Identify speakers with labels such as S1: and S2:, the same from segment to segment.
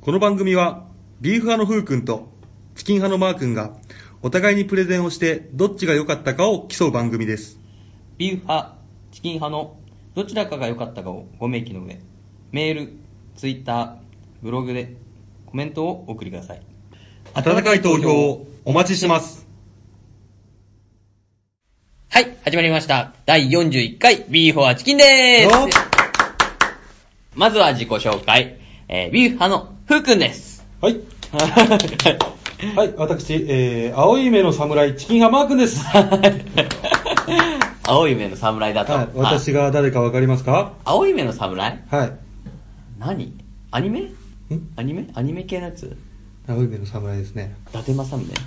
S1: この番組は、ビーフ派のふうくんと、チキン派のマーくんが、お互いにプレゼンをして、どっちが良かったかを競う番組です。
S2: ビーフ派、チキン派のどちらかが良かったかをご明記の上、メール、ツイッター、ブログでコメントをお送りください。
S1: 温かい投票をお待ちしてます。
S2: はい、始まりました。第41回、ビーフォアチキンで
S1: よっ
S2: ーす。まずは自己紹介。えービーフ派のふうくん です。
S3: はい。
S2: は。
S3: はい、私、えー、青い目の侍、チキンハマー君です。はい
S2: 青い目の侍だと。
S3: い、私が誰かわかりますか
S2: あ。青い目の侍
S3: はい。
S2: 何アニメ
S3: ん
S2: アニメアニメ系のやつ
S3: 青い目の侍ですね。
S2: 伊達政宗伊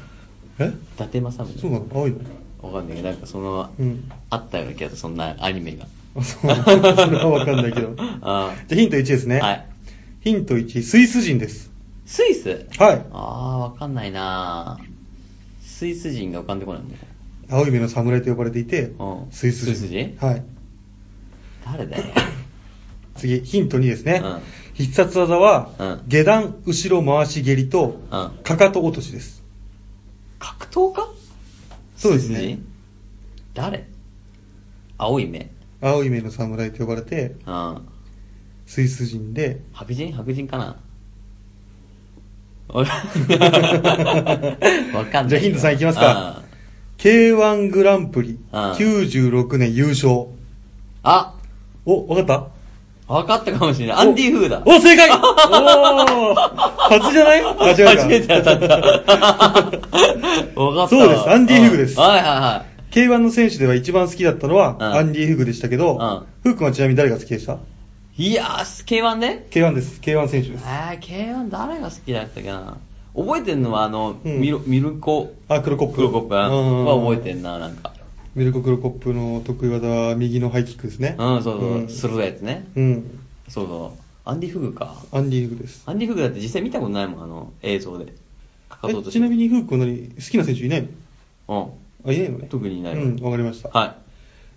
S3: え
S2: 達政宗
S3: そうなの青いの
S2: わかんないけど、なんかその、
S3: うん
S2: あったような気がする、そんなアニメが。
S3: あそうなのそれはわかんないけど。じゃ
S2: あ
S3: あヒント1ですね。
S2: はい。
S3: ヒント1、スイス人です。
S2: スイス
S3: はい
S2: あー、わかんないなスイス人が浮かんでこないもん。
S3: 青い目の侍と呼ばれていて
S2: う、ん
S3: スイス人。
S2: スイス人
S3: はい。
S2: 誰だよ。
S3: 次、ヒント2ですね。
S2: うん
S3: 必殺技は、
S2: うん
S3: 下段、後ろ回し蹴りと、
S2: うん
S3: かかと落としです。
S2: 格闘家
S3: そうですね
S2: スイス人誰青い目。
S3: 青い目の侍と呼ばれて、
S2: うん。
S3: スイス人で、
S2: 白人白人かなわ わ
S3: じゃ
S2: かんない。
S3: あヒントさんいきますか
S2: うん。
S3: K1 グランプリ
S2: ああ
S3: 96年優勝。
S2: あ、
S3: お、わ かっ
S2: わかったかもしれない。
S3: た
S2: アンディ・フーだ。
S3: お、お 正解おー初じゃないあ、違うか
S2: 初めて当たった。わかったわ。
S3: そうですアンディフグです
S2: うんはいはいはい。
S3: K1 の選手では一番好きだったのは、
S2: うん
S3: アンディ・フグでしたけど、
S2: うん
S3: フー君はちなみに誰が好きでした
S2: いやー、K1 ね。
S3: ?K1 です。K1 選手です。
S2: えー、K1 誰が好きだったかな。覚えてんのは、あの、
S3: うん
S2: ミルミルコ、
S3: あ、クロコップ。
S2: クロコップ
S3: うん
S2: は覚えてんな、なんか。
S3: ミルコ・クロコップの得意技は右のハイキックですね。
S2: うん、そうそう、
S3: ん
S2: 鋭いやつね。
S3: うん。
S2: そうそう。アンディ・フグか。
S3: アンディ・フグです。
S2: アンディ・フグだって実際見たことないもん、あの、映像で。かかと
S3: え
S2: 落とし
S3: ちなみにフー君は何好きな選手いないのあ、いないの
S2: うん。
S3: ね。
S2: 特にいないわ
S3: うん、わかりました。
S2: は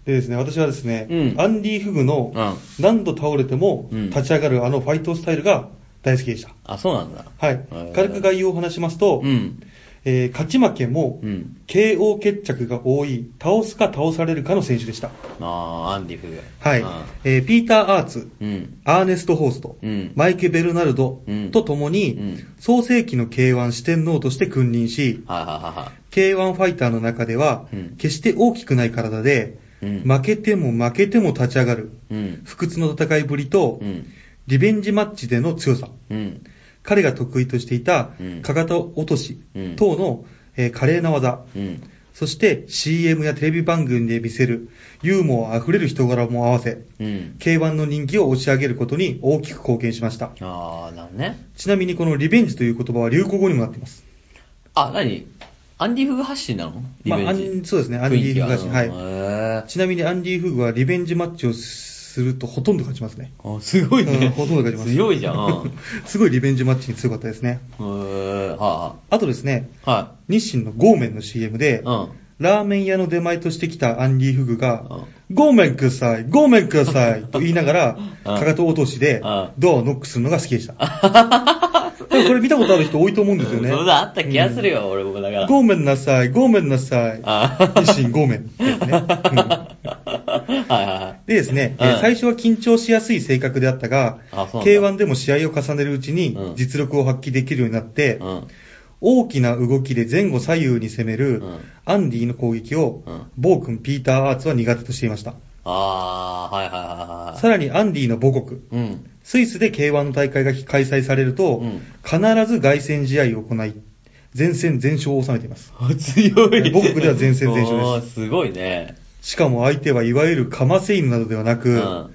S3: でですね、私はですね、
S2: うん
S3: アンディ・フグの
S2: う
S3: 何度倒れても
S2: うん
S3: 立ち上がるあのファイトスタイルが大好きでした。
S2: い。あ、そうなんだ。
S3: はい
S2: えー。
S3: 軽く概要を話しますと、
S2: うん。
S3: えー勝ち負けも、
S2: うん。
S3: KO 決着が多い、倒すか倒されるかの選手でした。
S2: あー、アンディ・フグ。
S3: はい
S2: あ。
S3: えーピーター・アーツ、
S2: ーうん。
S3: アーネスト・ホースト、
S2: うん
S3: マイケ・ベルナルド
S2: うん
S3: と共
S2: う
S3: に
S2: ん、
S3: 創世紀の K1 四天王として君臨し、
S2: はいはいはいはい。
S3: K1 ファイターの中では
S2: うん、
S3: 決して大きくない体で、
S2: うん
S3: 負けても負けても立ち上がる、
S2: うん。
S3: 不屈の戦いぶりと、
S2: うん。
S3: リベンジマッチでの強さ、
S2: うん。
S3: 彼が得意としていた
S2: うん、
S3: かかと落とし
S2: うん
S3: 等の、えー華麗な技、
S2: うん。
S3: そして CM やテレビ番組で見せるユーモアあふれる人柄も合わせ、
S2: うん。
S3: K1 の人気を押し上げることに大きく貢献しました。
S2: あー、なるほどね。
S3: ちなみにこのリベンジという言葉は流行語にもなっています。
S2: あ、なにアンディ・フグ発信なのリ
S3: まあ
S2: ベンジ、
S3: アンそうですねアンディフグ発信
S2: 雰囲気
S3: は
S2: あへー
S3: ちなみにアンディ・フグはリベンジマッチをするとほとんど勝ちますね。
S2: あ、すごい
S3: うん
S2: ね。
S3: ほとんど勝ちます。
S2: 強いじゃん。うん
S3: すごいリベンジマッチに強かったですね。
S2: へー、は
S3: あとですね、
S2: いは
S3: 日清のゴーメンの CM
S2: い。
S3: で、
S2: はい。
S3: ラーメン屋の出前としてきたアンディ・フグが、
S2: う
S3: ごめんください、ごめんくださ いと言いながら、
S2: うん
S3: かかと落としで
S2: うん
S3: ドアをノックするのが好きでした。でもこれ見たことある人多いと思うんですよね。
S2: そうだ、あった気がするよ、俺もだから。
S3: ごめんなさい、ごめんなさい。
S2: あ
S3: 日清ごめんですね。うん
S2: はいはいはい。
S3: でです ね、えー
S2: うん
S3: 最初は緊張しやすい性格であったが
S2: あ、そうな
S3: K1
S2: んだ
S3: でも試合を重ねるうちに
S2: うん
S3: 実力を発揮できるようになって、
S2: うん。
S3: 大きな動きで前後左右に攻める
S2: うん
S3: アンディの攻撃を
S2: うん、
S3: 暴君ピーター・アーツは苦手としていました。
S2: あー、はいはいはいはい。
S3: さらにアンディの母国、
S2: うん。
S3: スイスで K1 の大会が開催されると
S2: うん、
S3: 必ず凱旋試合を行い、前戦全勝を収めてい ます。
S2: あ強い。
S3: 僕僕では前線前哨です
S2: おーすごいね。
S3: しかも相手はいわゆるカマセイヌなどではな
S2: う
S3: く、
S2: ん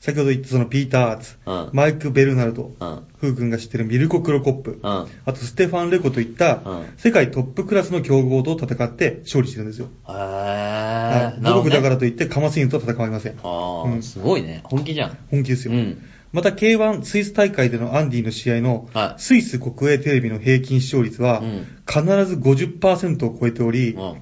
S3: 先ほど言ったそのピーター・アーツ、
S2: うん
S3: マイク・ベルナルド、
S2: うん
S3: フー君が知ってるミルコ・クロコップ、
S2: ん
S3: あとステファン・レコといった
S2: うん
S3: 世界トップクラスの強豪と戦って勝利してるんですよ。
S2: へ
S3: は
S2: ー。
S3: い、母国だから
S2: い
S3: といってカマセイヌとは戦いません。う
S2: あー、
S3: ん
S2: すごいね。本気じゃん。
S3: 本気ですよ。
S2: うん
S3: また K1 スイス大会でのアンディの試合の
S2: はい
S3: スイス国営テレビの平均視聴率は
S2: うん
S3: 必ず50%を超えており、
S2: うん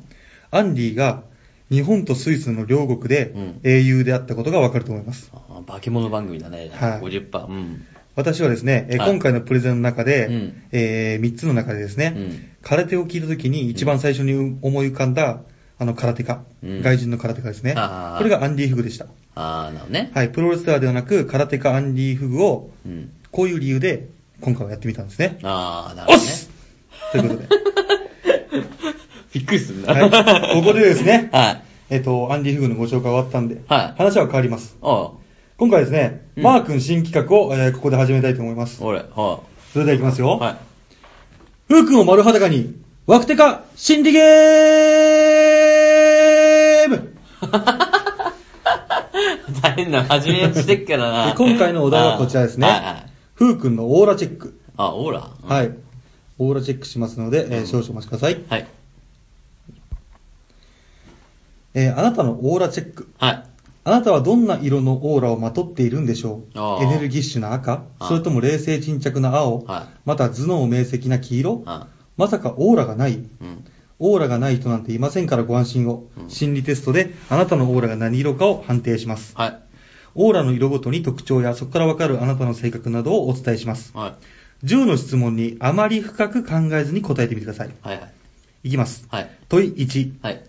S3: アンディが日本とスイスの両国で
S2: うん
S3: 英雄であったことがわかると思います。
S2: あー化け物番組だね。
S3: はい
S2: 50%。うん。
S3: 私はですね、えー
S2: はい
S3: 今回のプレゼンの中で、
S2: うん
S3: え3つの中でですね、
S2: うん
S3: 空手を聞いた時に一番最初に思い浮かんだ、あの空手家、
S2: うん
S3: 外人の空手家ですね。
S2: あー
S3: これがアンディ・フグでした。
S2: あー、なるほどね。
S3: はい、プロレスラーではなく、空手家アンディ・フグを、
S2: うん。
S3: こういう理由で今回はやってみたんですね。
S2: ああ、なるほどね。
S3: ということで。
S2: びっくりするな。
S3: はい、ここで ですね、
S2: はい。
S3: えっ、と、アンディ・フグのご紹介終わったんで、
S2: はい
S3: 話は変わります。
S2: ああ、
S3: 今回ですね、
S2: うん
S3: マー君新企画を、えーここで始めたいと思います。
S2: 俺、は
S3: それではいきます
S2: い。
S3: よ。
S2: はい。
S3: ふうくんを丸裸に、枠手か、心理ゲーム
S2: 大変な、始めしてっからな
S3: で。今回のお題はこちらですね
S2: あーはいはい。
S3: ふうくんのオーラチェック。
S2: あ、オーラ。うん
S3: はい。。オーラチェックしますので、えー少々お待ちください。
S2: はい。
S3: えーあなたのオーラチェック。
S2: はい。
S3: あなたはどんな色のオーラをまとっているんでしょ
S2: あ
S3: う
S2: ー
S3: エネルギッシュな赤
S2: あー
S3: それとも冷静沈着な青
S2: は
S3: また頭脳明晰な黄色
S2: あ
S3: まさかオーラがない
S2: うん。
S3: オーラがない人なんていませんからご安心を。
S2: うん
S3: 心理テストであなたのオーラが何色かを判定します。
S2: はい。
S3: オーラの色ごとに特徴やそこからわかるあなたの性格などをお伝えします。
S2: はい。
S3: 10の質問にあまり深く考えずに答えてみてください。
S2: はいはい。
S3: いきます。
S2: はい。
S3: 問い1。
S2: はい。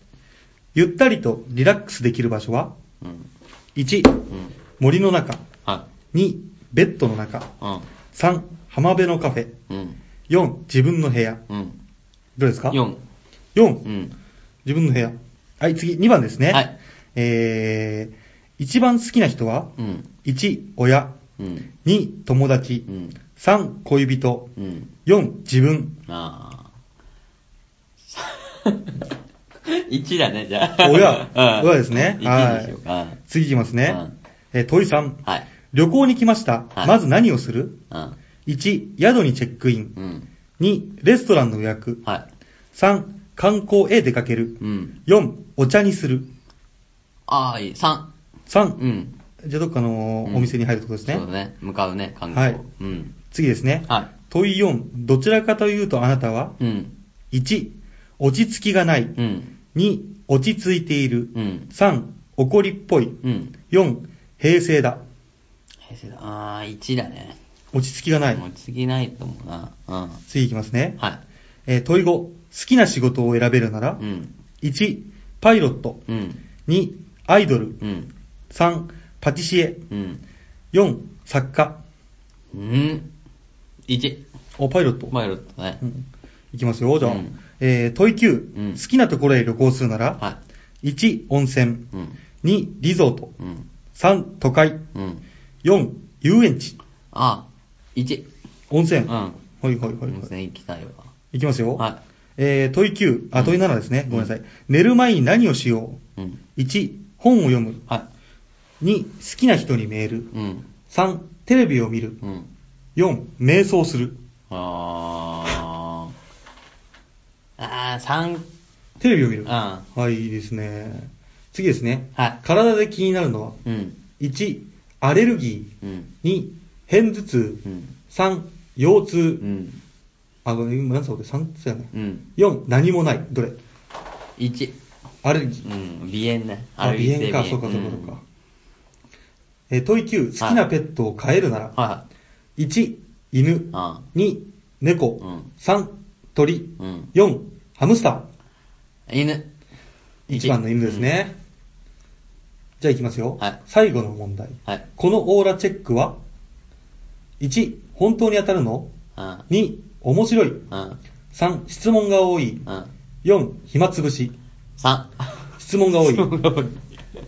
S3: ゆったりとリラックスできる場所は
S2: うん。
S3: ?1、
S2: うん。
S3: 森の中。
S2: は
S3: 2、ベッドの中。
S2: い。
S3: 3、浜辺のカフェ。
S2: うん。うん。
S3: 4、自分の部屋。
S2: うん。
S3: どうですか
S2: 4。
S3: 4
S2: う、ん。
S3: 自分の部屋。はい、次、2番ですね。
S2: はい。
S3: えー、一番好きな人は
S2: うん。
S3: ?1、親。
S2: うん。
S3: 2、友達
S2: う。ん。
S3: 3、恋人。
S2: うん。
S3: 4、自分。
S2: ああ。1だね、じゃあ。
S3: 親
S2: うん
S3: 親ですね
S2: 1にしようか。うん
S3: 次いきますね。えー問い3。
S2: はい。
S3: 旅行に来ました。
S2: はい
S3: まず何をする
S2: うん。
S3: ?1、宿にチェックイン。
S2: うん。
S3: 2、レストランの予約。
S2: は
S3: 3、観光へ出かける
S2: い。。うん。
S3: 4、お茶にする。
S2: ああ、いい。3。
S3: 3、
S2: うん。
S3: じゃあどっかのお店に入るってことですね。
S2: そうだね。向かうね、韓
S3: は
S2: 国
S3: い。
S2: うん。
S3: 次ですね。
S2: は。
S3: 問い4、どちらかというとあなたはい
S2: うん。
S3: ?1、落ち着きがない。
S2: うん。
S3: 2、落ち着いている。
S2: うん。
S3: 3、怒りっぽい。
S2: うん。
S3: 4、平成だ。
S2: 平成だああ、1だね。
S3: 落ち着きがない。
S2: もう次ないと思うな。うん。
S3: 次いきますね。
S2: は
S3: えー問い5、好きな仕事を選べるないら。、
S2: うん。
S3: 1、パイロット。
S2: うん。
S3: 2、アイドル。
S2: うん。
S3: 3、パティシエ。
S2: うん。
S3: 4、作家。
S2: うん。1。
S3: お、パイロット。
S2: パイロットね
S3: う。んいきますよ、じゃあ。
S2: うん
S3: えー問い9、
S2: うん
S3: 好きなところへ旅行するなら。
S2: は
S3: 1、温泉。
S2: い。うん。
S3: 2、リゾート。
S2: うん。
S3: 3、都会。
S2: うん。
S3: 4、遊園地。
S2: ああ、1。
S3: 温泉。
S2: うん。
S3: はいはいはい、は
S2: 温
S3: い。
S2: 泉行きたいわ。
S3: いきますよ。
S2: は
S3: えー、問い9、あ、問い7ですね。ごめんなさい。寝る前に何をしよ
S2: い。うん。
S3: う ?1、本を読む。
S2: は
S3: 2、好きな人にメール。
S2: い。うん。
S3: 3、テレビを見る。
S2: うん。
S3: 4、瞑想する。
S2: ああ。ああ、3。
S3: テレビを見る。
S2: うん
S3: はい、いいですね。次ですね。
S2: はい
S3: 体で気になるのは
S2: うん。
S3: 1、アレルギ
S2: うん。
S3: ー。2、偏頭痛。
S2: うん。
S3: 3、腰痛。
S2: うん。
S3: あ、ごめん、何そうで3つやね。
S2: うん。
S3: 4、何もない。どれ
S2: 1。
S3: アレルギー
S2: う。ん。鼻炎ね。
S3: あ、
S2: 歩い
S3: 鼻
S2: て
S3: 炎か、そうか、そうか、
S2: ん
S3: そうか。えー問い9、好きなペットを飼えるなら、
S2: は
S3: 1、
S2: い。
S3: 犬、
S2: あ
S3: 2、猫
S2: うん、
S3: 3、鳥
S2: あ。、うん。
S3: 4、ハムスタ
S2: 犬。
S3: ー。1番の犬ですね。じゃあ行きますよ
S2: はい。
S3: 最後の問題。
S2: はい。
S3: このオーラチェックは、1、本当に当たるの
S2: あ
S3: ?2、面白い。
S2: あ。
S3: 3、質問が多い。
S2: ああ。
S3: 4、暇つぶし。
S2: 3。
S3: 質問が多い。
S2: 多い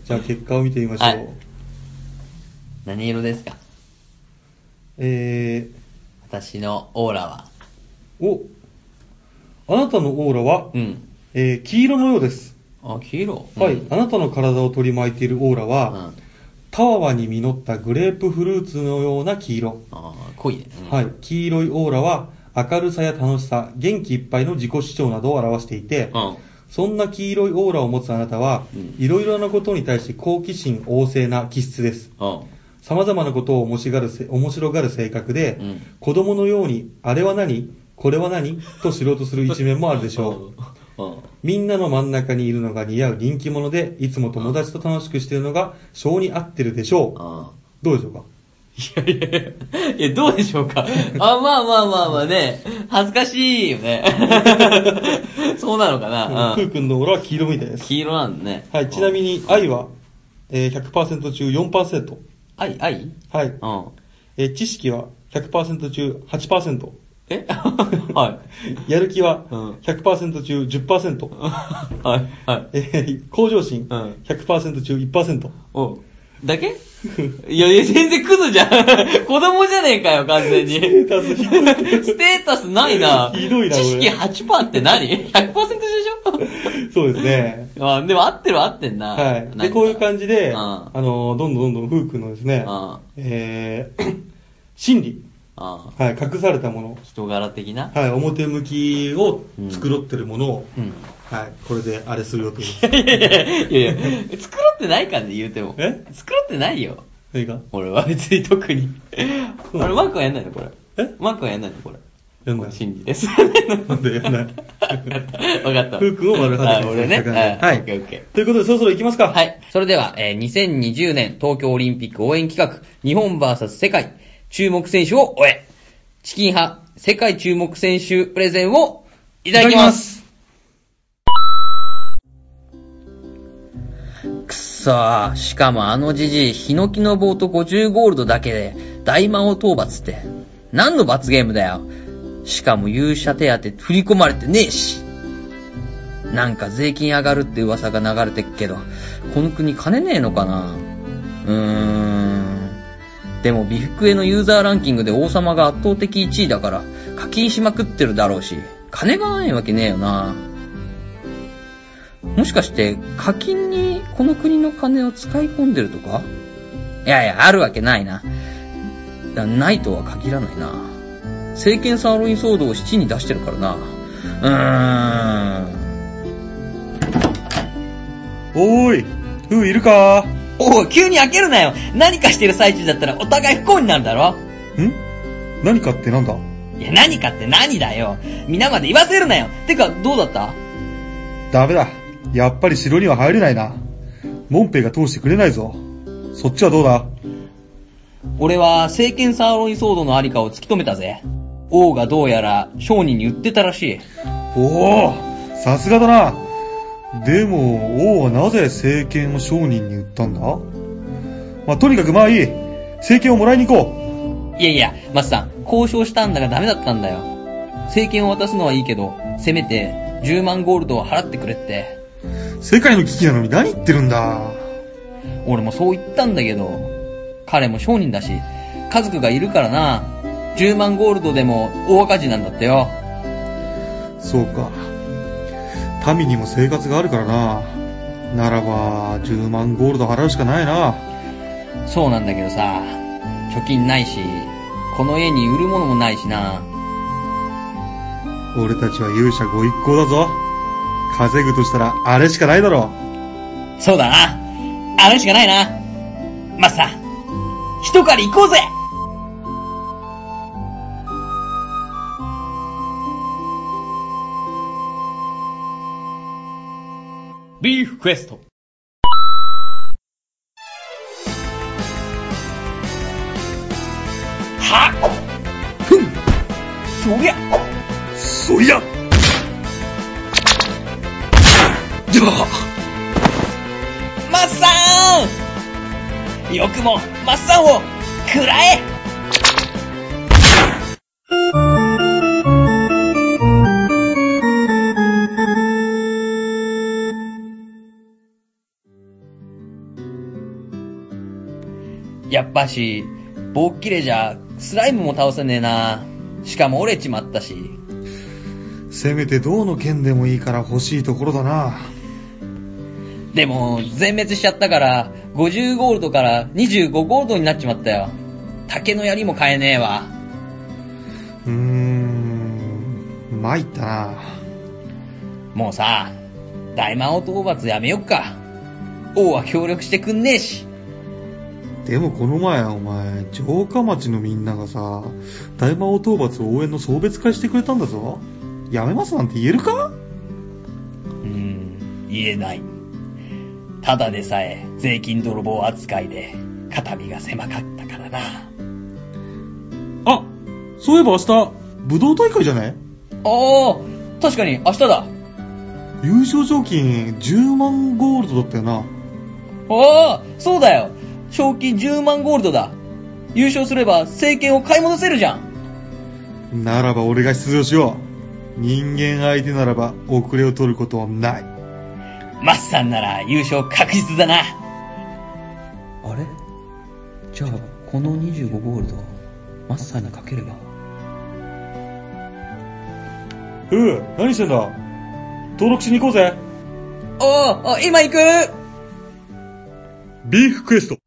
S3: じゃあ結果を見てみましょう。
S2: はい何色ですか
S3: え
S2: 私のオーラは。
S3: ー、お、あなたのオーラは、
S2: うん。
S3: えー黄色のようです。
S2: あ、黄色。
S3: はい、
S2: うん
S3: あなたの体を取り巻いているオーラは、
S2: うん
S3: たわわに実ったグレープフルーツのような黄色。
S2: ああ、濃いね。うん
S3: はい、黄色いオーラは、明るさや楽しさ、元気いっぱいの自己主張などを表していて、
S2: うん。
S3: そんな黄色いオーラを持つあなたは
S2: うん、
S3: いろいろなことに対して好奇心旺盛な気質です。
S2: うん。
S3: 様々なことを面白がるせ面白がる性格で、
S2: うん
S3: 子供のように、あれは何これは何と知ろうとする一面もあるでしょう。
S2: うん。
S3: みんなの真ん中にいるのが似合う人気者で、いつも友達と楽しくしているのが、性に合ってるでしょう。
S2: あ
S3: どうでしょうか
S2: いやいやいや、いやどうでしょうか。あ、まあまあまあまあね、恥ずかしいよね。そうなのかな。
S3: ふ
S2: う
S3: うんくんのオーラは黄色みたいです。
S2: 黄色なんだね。
S3: はい、ちなみ
S2: に。
S3: に愛は、えー、100%中4%。
S2: 愛、愛
S3: はい。
S2: うん。
S3: えー知識は100%中8%。
S2: えは い。
S3: やる気は
S2: うん
S3: 100%中10%。
S2: はい、はい。
S3: えー向上心
S2: うん
S3: 100%中1%。
S2: おだけいやいや、全然クズじゃん。 子供じゃねえかよ、完全に。ステータスステータスないな。
S3: ひどいな
S2: 知識
S3: こ
S2: 8%って何 ?100% でし
S3: そうですね。
S2: ょ あでも合ってる合ってんな。
S3: はい。で、こういう感じで、あ
S2: あ
S3: のー、どんどんどんどん、ふうくんのですね
S2: あ、
S3: えー 心理、
S2: あ
S3: はい、隠されたもの、
S2: 人柄的な。
S3: はい、表向きを繕ってるものを、
S2: うん。
S3: はい、これであれするよという。
S2: いやいやいや、作ろうってないからね、言うても。
S3: え
S2: 作ろうってないよ。
S3: 何か
S2: 俺は別に特に。
S3: そう
S2: 俺、マークはやんないの、これ。
S3: え
S2: マークはやんないの、これ。
S3: やんない。
S2: 真理です。
S3: なんで やんない。
S2: わかった。
S3: ふうくんを丸裸に
S2: あ
S3: しま
S2: 俺
S3: した
S2: ね。
S3: からねは
S2: はいい。オッケーオッケー。
S3: ということで、そろそろ行きますか。
S2: はい。それでは、えー2020年東京オリンピック応援企画、日本 VS 世界注目選手を終え、チキン派世界注目選手プレゼンをいただきます。くそー、しかもあのじじい、ヒノキの棒と50ゴールドだけで大魔王討伐って、何の罰ゲームだよ。しかも勇者手当振り込まれてねえし。なんか税金上がるって噂が流れてっけど、この国金ねえのかなうーん。でも、美福へのユーザーランキングで王様が圧倒的1位だから、課金しまくってるだろうし、金がないわけねえよな。もしかして、課金にこの国の金を使い込んでるとかいやいや、あるわけないな。だないとは限らないな。政権サーロイン騒動を7に出してるからな。うーん。
S3: おーい、ふういるか
S2: おい、急に開けるなよ何かしてる最中だったらお互い不幸になるだろ
S3: ん何かってなんだ
S2: いや、何かって何だよ皆まで言わせるなよてか、どうだった
S3: ダメだ。やっぱり城には入れないな。モンペイが通してくれないぞ。そっちはどうだ
S2: 俺は、政権サーロイン騒動のありかを突き止めたぜ。王がどうやら商人に言ってたらしい。
S3: おおさすがだな。でも、王はなぜ政権を商人に売ったんだまあ、とにかくまあいい。政権をもらいに行こ
S2: いやいや、マスさん、交渉したんだがダメだったんだよ。政権を渡すのはいいけど、せめて10万ゴールドを払ってくれって。
S3: う。世界の危機なのに何言ってるんだ。
S2: 俺もそう言ったんだけど、彼も商人だし、家族がいるからな。10万ゴールドでも大赤字なんだってよ。
S3: そうか。民にも生活があるからな。ならば、10万ゴールド払うしかないな。
S2: そうなんだけどさ、貯金ないし、この家に売るものもないしな。
S3: 俺たちは勇者ご一行だぞ。稼ぐとしたら、あれしかないだろ
S2: そうだな。あれしかないな。マスター、一狩り行こうぜビーフクエスト。はっふんそりゃ
S3: そりゃじゃあ
S2: マッサンよくもマッサンを食らえやっぱし、棒っきれじゃスライムも倒せねえな。しかも折れちまったし。
S3: せめて銅の剣でもいいから欲しいところだな。
S2: でも、全滅しちゃったから、50ゴールドから25ゴールドになっちまったよ。竹の槍も買えねえわ。
S3: うーん、参ったな。
S2: もうさ、大魔王討伐やめよっか。王は協力してくんねえし。
S3: でもこの前、お前、城下町のみんながさ、大魔王討伐応援の送別会してくれたんだぞ。やめますなんて言えるか
S2: うーん、言えない。ただでさえ、税金泥棒扱いで、肩身が狭かったからな。
S3: そういえば明日、武道大会じゃね
S2: ああ、確かに明日だ。
S3: 優勝賞金10万ゴールドだったよな。
S2: ああ、そうだよ。賞金10万ゴールドだ。優勝すれば政権を買い戻せるじゃん。
S3: ならば俺が出場しよう。人間相手ならば遅れを取ることはない。
S2: マッサンなら優勝確実だな。あれじゃあ、この25ゴールド、マッサンにかければ。
S3: うう、何してんだ登録しに行こうぜ。
S2: ああ、今行く
S3: ビーフクエスト。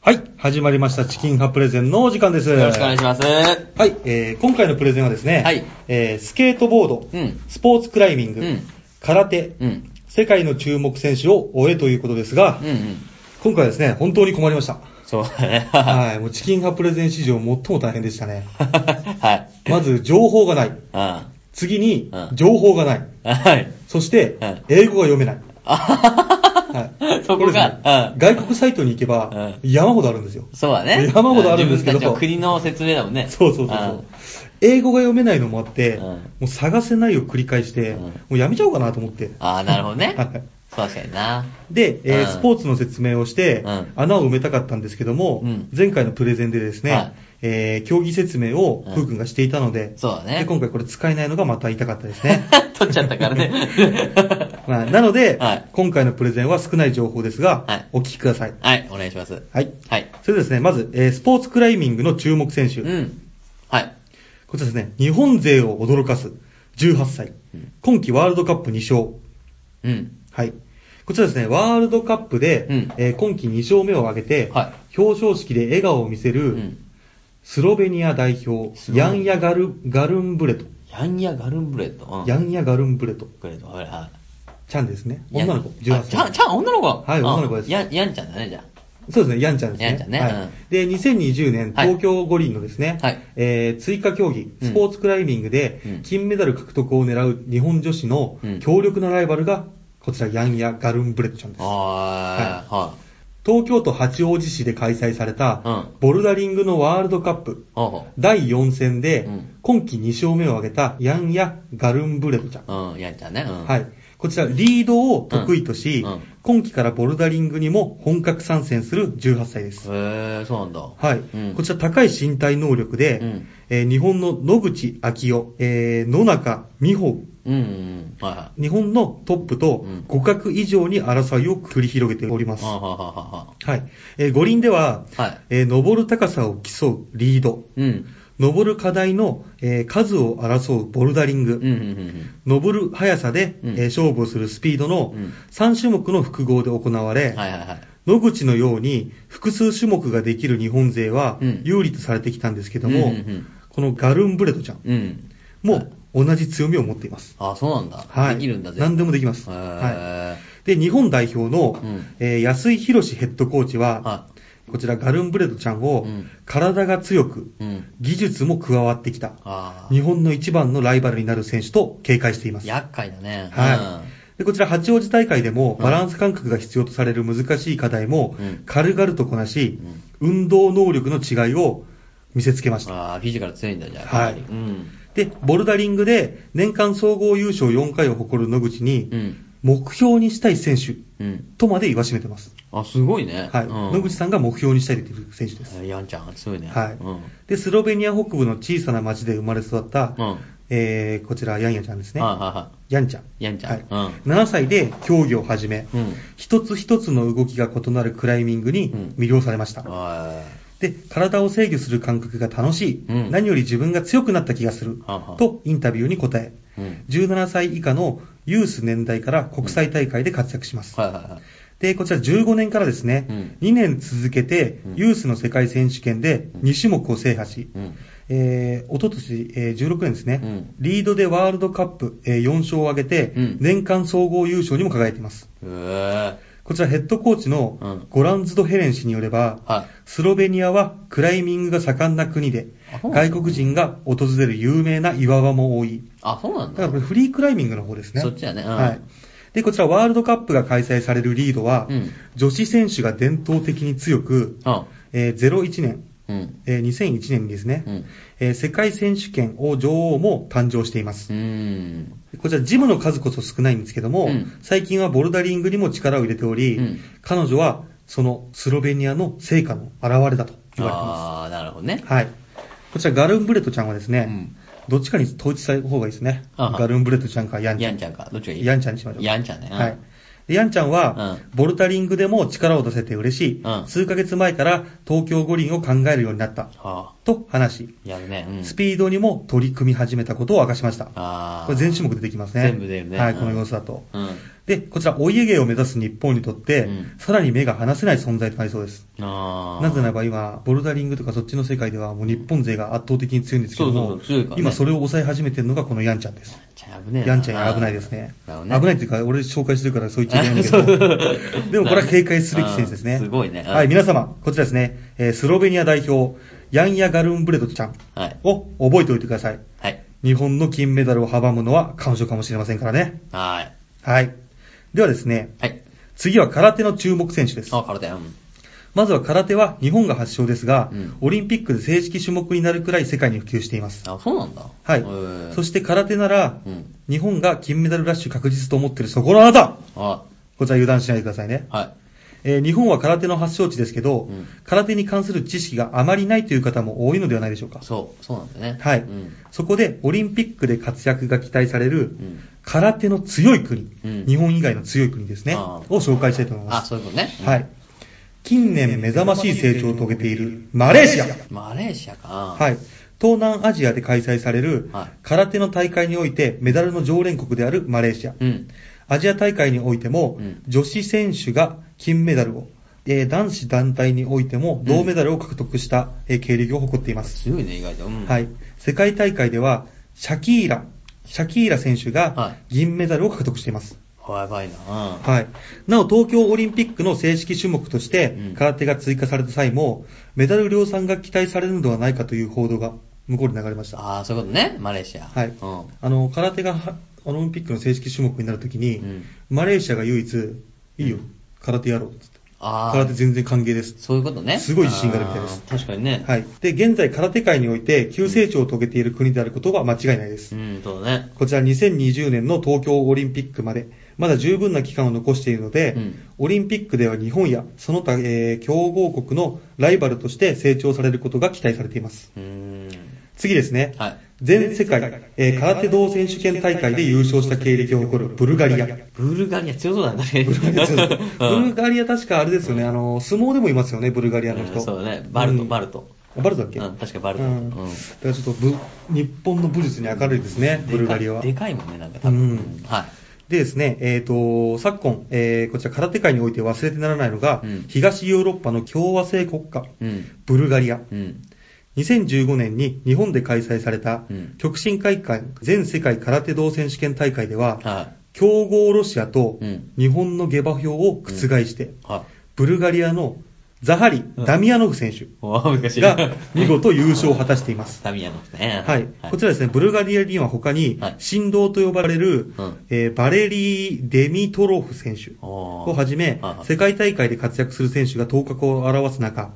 S4: はい、始まりましたチキン派プレゼンのお時間です。
S2: よろしくお願いします。は
S4: はい、えー今回のプレゼンはですね、
S2: はい
S4: えースケートボード、
S2: うん
S4: スポーツクライミング、
S2: うん
S4: 空手、
S2: うん。
S4: 世界の注目選手を追えということですが、
S2: うんうん。
S4: 今回はですね、本当に困りま した。
S2: そうだね。
S4: はい、もうチキン派プレゼン史上最も大変でしたね。
S2: はい。
S4: まず、情報がない。
S2: あ
S4: 次に
S2: う、ん
S4: 情報がない。
S2: あ。はい。
S4: そして
S2: うん、
S4: 英語が読めない。
S2: あはは
S4: はい
S2: は。そ
S4: れ
S2: こ
S4: ですね
S2: が、うん
S4: 外国サイトに行けば、山ほどあるんですよ。
S2: そうだね。
S4: 山ほどあるんですけど
S2: 自分たちの国の説明だもんね。
S4: そうそうそうそう。英語が読めないのもあって、
S2: うん
S4: もう探せないを繰り返して、
S2: うん
S4: もうやめちゃおうかなと思って。
S2: ああ、なるほどね。
S4: はい
S2: そう確かにな。
S4: で、えー
S2: うん
S4: スポーツの説明をして、
S2: うん
S4: 穴を埋めたかったんですけども、
S2: うん
S4: 前回のプレゼンでですね、
S2: はい
S4: えー競技説明を
S2: うん
S4: ふうくんがしていたので、
S2: そうだね
S4: で今回これ使えないのがまた痛かったですね。
S2: 取っちゃったからね。
S4: まあ、なので、
S2: はい
S4: 今回のプレゼンは少ない情報ですが、
S2: はい
S4: お聞きください。
S2: はい、お願いします。
S4: はい。
S2: はい。
S4: それでですね、まず、えースポーツクライミングの注目選手。
S2: うん。はい。
S4: こちらですね、日本勢を驚かす、18歳
S2: うん。
S4: 今季ワールドカップ2勝。
S2: うん。
S4: はい。こちらですね、ワールドカップで、
S2: うん
S4: えー今季2勝目を挙げて、
S2: は
S4: 表彰式で笑顔を見せ
S2: う
S4: る、
S2: ん。
S4: スロベニア代表、
S2: スロベニ
S4: ヤ
S2: ア
S4: ンヤガルガルンブレト。
S2: ヤンヤガルンブレッド。うん。
S4: ヤンヤガルンブレト。
S2: ブレッド。はいはい。
S4: ちゃんですね。女の子、
S2: ヤン
S4: 18
S2: あちゃ
S4: 歳
S2: ん、。ちゃん、女の子。
S4: はい女の子です
S2: うんヤン、ヤンちゃんだね、じゃ
S4: そうですね、ヤンちゃんですね。
S2: ヤンちゃんね
S4: はい
S2: うん
S4: で、2020年
S2: はい
S4: 東京五輪のですね、
S2: はい
S4: えー追加競技、
S2: うん
S4: スポーツクライミングで
S2: うん
S4: 金メダル獲得を狙う日本女子の
S2: うん
S4: 強力なライバルが、こちらヤンヤガルンブレトちゃんです
S2: あ。。ああ、はい。
S4: 東京都八王子市で開催された
S2: うん、
S4: ボルダリングのワールドカップ、
S2: ほ
S4: 第4戦で
S2: うん、
S4: 今季2勝目を挙げたヤンヤガルンブレトちゃん
S2: う。ほう。うん、ヤンちゃんね。うん。
S4: はい。こちら、リードを得意とし、
S2: うんうん
S4: 今季からボルダリングにも本格参戦する18歳で
S2: へ
S4: す。
S2: え、そうなんだ。は
S4: はい。
S2: うん
S4: こちら、高い身体能力で、
S2: うん
S4: えー日本の野口昭夫、えー野中美穂、
S2: うんうん。はいはい。
S4: 日本のトップと
S2: うん
S4: 互角以上に争いを繰り広げております。
S2: あは
S4: は。
S2: ははい
S4: えー五輪では、
S2: は。はい。
S4: えー登る高さを競うリード、
S2: うん。
S4: 登る課題の、えー数を争うボルダリング、
S2: うんうんうん
S4: 登る速さで、
S2: うん
S4: えー勝負をするスピードの
S2: うん
S4: 3種目の複合で行われ、
S2: うん。はいはいはい。
S4: 野口のように複数種目ができる日本勢は
S2: うん
S4: 有利とされてきたんですけども、
S2: うんうん
S4: このガルンブレトちゃん
S2: うん。うん。
S4: も同じ強みを持っています。
S2: あ、そうなんだ。
S4: はい。
S2: できるんだぜ。
S4: 何でもできます。
S2: へ
S4: は
S2: ー
S4: い。で、日本代表の、
S2: うん
S4: えー安井博ヘッドコーチは、
S2: は
S4: こちらガルンブレトちゃんを、
S2: うん
S4: 体が強く、
S2: い。うん。
S4: 技術も加わってきた、
S2: あ
S4: 日本の一番のライバルになる選手と警戒していま
S2: あ。
S4: す。
S2: 厄介だね。
S4: はい。で、こちら、八王子大会でも、
S2: うん
S4: バランス感覚が必要とされる難しい課題も
S2: うん、
S4: 軽々とこなし
S2: うん、
S4: 運動能力の違いを見せつけまし
S2: うん。
S4: た。
S2: ああ、フィジカル強いんだじゃあ。
S4: はい
S2: うん。
S4: で、ボルダリングで、年間総合優勝4回を誇る野口
S2: う
S4: に、
S2: ん。
S4: 目標にしたい選手
S2: うん。
S4: とまで言わしめてます。
S2: あ、すごいね。
S4: はい。
S2: うん
S4: 野口さんが目標にしたいと言っている選手です。
S2: ヤンちゃん、強いね。
S4: はい
S2: うん。
S4: で、スロベニア北部の小さな町で生まれ育った
S2: うん、
S4: えー、こちら、ヤンヤちゃんですね。
S2: はいはいは
S4: ヤンちゃん。
S2: い。ヤンちゃん。
S4: はい、7歳で競技を始め、
S2: うん。うん。
S4: 一つ一つの動きが異なるクライミングに
S2: うん
S4: 魅了されました。
S2: は
S4: で、体を制御する感覚が楽しい。
S2: うん
S4: 何より自分が強くなった気がする。
S2: はあはあ
S4: と、インタビューに答え、
S2: い。うん。
S4: 17歳以下のユース年代から国際大会で活躍します。
S2: はいはいはい。
S4: で、こちら15年からですね、
S2: うん
S4: 2年続けて
S2: うん
S4: ユースの世界選手権で
S2: うん
S4: 2種目を制覇し、
S2: うん。
S4: えー、おととし、えー16年ですね、
S2: うん
S4: リードでワールドカップ、えー4勝を挙げて、
S2: うん
S4: 年間総合優勝にも輝いています。
S2: へえ。
S4: こちらヘッドコーチ
S2: う
S4: の
S2: ん
S4: ゴランズド・ヘレン氏によれば、
S2: は
S4: スロベニアはクライミングが盛んな国で
S2: あ、そうなんだ
S4: 外国人が訪れる有名な岩場も多い。
S2: い。あ、そうなん
S4: だ
S2: だ。
S4: からこれフリークライミングの方ですね。
S2: そっちだねうん
S4: はい。で、こちらワールドカップが開催されるリードは、
S2: うん
S4: 女子選手が伝統的に強く、
S2: うん。
S4: えー01年、
S2: うん。
S4: えー2001年にですね、
S2: うん。
S4: えー世界選手権王女王も誕生しています
S2: う。ーん。
S4: こちら、ジムの数こそ少ないんですけども、
S2: うん
S4: 最近はボルダリングにも力を入れており、
S2: うん
S4: 彼女はそのスロベニアの成果の表れだと言われてま
S2: ああ、なるほどね
S4: す。。はい。こちら、ガルンブレトちゃんはですね、
S2: うん
S4: どっちかに統一された方がいいですね。
S2: あは
S4: ガルンブレトちゃんかヤンちゃ
S2: ヤ
S4: ん。
S2: ンちゃんか。どっちがいい
S4: ヤンちゃんにしましょう。
S2: ヤンちゃんね。うん
S4: はい。。でヤンちゃんは、
S2: う
S4: ボルダリングでも力を出せて嬉しい、
S2: うん
S4: 数ヶ月前から東京五輪を考えるようになった、
S2: あ
S4: と話し、
S2: あ、やるね。うん。
S4: スピードにも取り組み始めたことを明かしました。
S2: ああ。
S4: これ全種目出てきますね。
S2: 全部出るね
S4: はい、
S2: うん
S4: この様子だと。
S2: うん。
S4: で、こちら、お家芸を目指す日本にとって、
S2: うん
S4: さらに目が離せない存在となりそうです。
S2: ああ。
S4: なぜならば今、ボルダリングとかそっちの世界ではもう日本勢が圧倒的に強いんですけど
S2: そうそ
S4: も
S2: うそう強いから、ね
S4: 今それを抑え始めてるのがこのヤンちゃんです。
S2: ちゃん危ねえな
S4: ヤンちゃん危ないですね。
S2: なる
S4: 危
S2: ほどね
S4: ないっていうか、俺紹介してるからそう言っちゃいけないんだ け
S2: あそう
S4: ど。でもこれは警戒すべき選手ですね。
S2: うんすごいねうん
S4: はい、皆様、こちらですね、えースロベニア代表、ヤンヤ・ガルンブレトちゃん
S2: はい。
S4: を覚えておいてください。
S2: はい。
S4: 日本の金メダルを阻むのは彼女かもしれませんからね。
S2: はい。
S4: はい。ではですね、
S2: はい。
S4: 次は空手の注目選手です。
S2: あ、体や。うん。
S4: まずは空手は日本が発祥ですが、
S2: うん
S4: オリンピックで正式種目になるくらい世界に普及しています。
S2: あ、そうなんだ。
S4: はい
S2: へー。
S4: そして空手なら、
S2: うん。
S4: 日本が金メダルラッシュ確実と思ってるそこのあなた
S2: あ、
S4: こちら油断しないでくださいね。
S2: は
S4: えー日本は空手の発祥地ですけど、
S2: うん
S4: 空手に関する知識があまりないという方も多いのではないでしょうか
S2: い。。そう、そうなんだね。
S4: はい、
S2: うん。
S4: そこでオリンピックで活躍が期待される
S2: ん
S4: 空手の強い国、
S2: うん
S4: 日本以外の強い国ですね、
S2: あー
S4: を紹介したいと思いま
S2: あ、
S4: す。
S2: そういうことね。
S4: はい。近年目覚ましい成長を遂げているマレーシア。
S2: マレーシアか。
S4: はい。東南アジアで開催される
S2: はい
S4: 空手の大会においてメダルの常連国であるマレーシア。
S2: うん。
S4: アジア大会においても
S2: うん
S4: 女子選手が金メダルを、えー男子団体においても銅メダルを獲得したえー経歴を誇っています。
S2: 強いね、意外と。うん。
S4: はい。。世界大会では、シャキーラ、シャキーラ選手
S2: は
S4: が
S2: い
S4: 銀メダルを獲得しています。
S2: やばいな。うん。
S4: はい。なお、東京オリンピックの正式種目とし
S2: う
S4: て
S2: ん、
S4: 空手が追加された際も、メダル量産が期待されるのではないかという報道が向こうに流れました。
S2: ああ、そういうことね、マレーシア。
S4: はい
S2: うん。
S4: あの、空手がはオリンピックの正式種目になるときに、
S2: うん
S4: マレーシアが唯一、いいよ、空手やろうっつって。
S2: あ
S4: 空手
S2: あ、
S4: 全然歓迎です。
S2: そういうことね。
S4: すごい自信があるみたいです
S2: あー確かにね。
S4: はい。で、現在空手界において急成長を遂げている国であることは間違いないです
S2: う。ん、そうだね。
S4: こちら2020年の東京オリンピックまで、まだ十分な期間を残しているので、
S2: うん
S4: オリンピックでは日本やその他、えー強豪国のライバルとして成長されることが期待されています。
S2: うーん。
S4: 次ですね。
S2: はい。
S4: 全世界、えー空手道選手権大会で優勝した経歴を誇るブルガリア。ブ
S2: ブルガリア強そうだね。ブ
S4: ルガリアそう ですブル
S2: リ
S4: ガリア確かあれですよね、あの、相撲でもいますよね、ブルガリアの人。
S2: そうだね。バルト、
S4: うん
S2: バルト。
S4: あバルトだっけ
S2: うん、確かバルト。
S4: う
S2: うんん。
S4: だからちょっとぶ、日本の武術に明るいですね、ブルガリアは。
S2: でかいでかいもんね、なんか多分。
S4: うん
S2: はい。
S4: でですね、えっ、と、昨今、えーこちら空手界において忘れてならないのが、
S2: うん
S4: 東ヨーロッパの共和制国家、
S2: うん。
S4: ブルガリア。
S2: うん。
S4: 2015年に日本で開催された
S2: うん、
S4: 極真会館全世界空手道選手権大会では、
S2: は
S4: 強豪ロシアと
S2: うん
S4: 日本の下馬評を覆して、
S2: い。は
S4: ブルガリアのザハリ・
S2: うん
S4: ダミアノフ選手
S2: い。おー難しい。
S4: が見事優勝を果たしていま す。
S2: タミヤのね。
S4: はい。こちらですね、ブルガリアには他に
S2: はい、
S4: 神道と呼ばれる、
S2: うん
S4: えーバレリー・デミトロフ選手を
S2: を
S4: はじめ、世界大会で活躍する選手が頭角を現す中、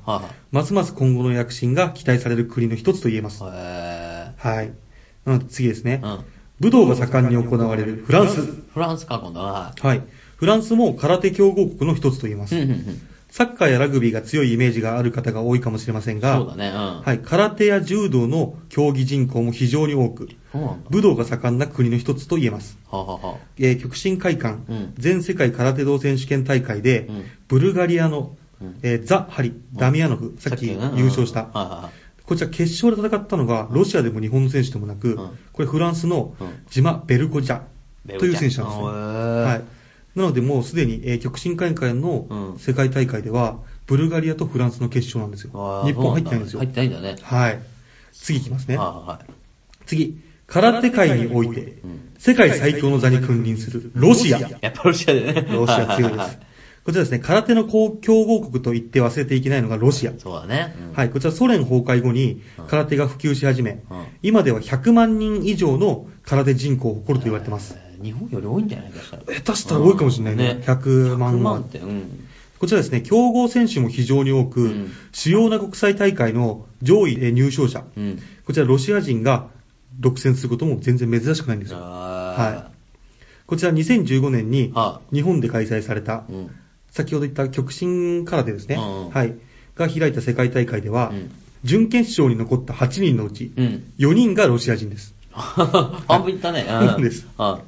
S4: ますます今後の躍進が期待される国の一つと言えます。
S2: へ
S4: はい。なので次ですね、
S2: ーうん
S4: 武道が盛んに行われるフランス。
S2: フランスか、今度は。
S4: はい。フランスも空手強豪国の一つと言えま
S2: うん
S4: す。
S2: うんうん
S4: サッカーやラグビーが強いイメージがある方が多いかもしれません
S2: そうだ
S4: が、
S2: ね。うん。
S4: はい、空手や柔道の競技人口も非常に多く、
S2: そうなんだ。
S4: 武道が盛んな国の一つと言えます。
S2: はあはあはあ
S4: えー極真会館、
S2: うん
S4: 全世界空手道選手権大会で、
S2: うん
S4: ブルガリアの、
S2: うん
S4: えーザ・ハリ、ダミアノフ、さっき優
S2: ねうん
S4: 勝し
S2: は
S4: た
S2: い、はいはい
S4: こちら決勝で戦ったのが、ロシアでも日本の選手でもなく、
S2: うん
S4: これフランスの
S2: うん
S4: ジマ・ベルコジャ
S2: ベル
S4: と
S2: ちゃ
S4: い
S2: ん
S4: う選手なんです
S2: へ
S4: ね。
S2: ー
S4: はい、なのでもうすでに、えー極真会館
S2: う
S4: の
S2: ん
S4: 世界大会では、ブルガリアとフランスの決勝なんですよ
S2: あ。ー
S4: 日本入ってないんです
S2: そう
S4: よ。
S2: 入ってないんだね。
S4: はい。次いきますね。
S2: はいはいはい
S4: 次、空手界において
S2: うん、
S4: 世界最強の座に君臨するロシア。
S2: やっぱロシアでね。
S4: ロシア強いで
S2: ははは
S4: す。こちらですね、空手の強豪国と言って忘れていけないのがロシア。
S2: そうだね。うん
S4: はい、こちらソ連崩壊後に
S2: うん
S4: 空手が普及し始め
S2: うん、
S4: 今では100万人以上の空手人口を誇ると言われてます。
S2: えー日本より多いんじゃないかしら。
S4: 下手したら多いかもしれないね
S2: うん
S4: 100万
S2: 100万って、うん。
S4: こちらですね、強豪選手も非常に多く、
S2: うん
S4: 主要な国際大会の上位えー入賞者、
S2: うん。
S4: こちらロシア人が独占することも全然珍しくないんですよ。
S2: は
S4: こちら2015年に
S2: は
S4: 日本で開催された、
S2: うん。
S4: 先ほど言った極真空手ですね、
S2: うんうん
S4: はい、が開いた世界大会では、
S2: うん
S4: 準決勝に残った8人のうち、
S2: うん。
S4: 4人がロシア人です。
S2: 半分いったね。
S4: 半分です
S2: は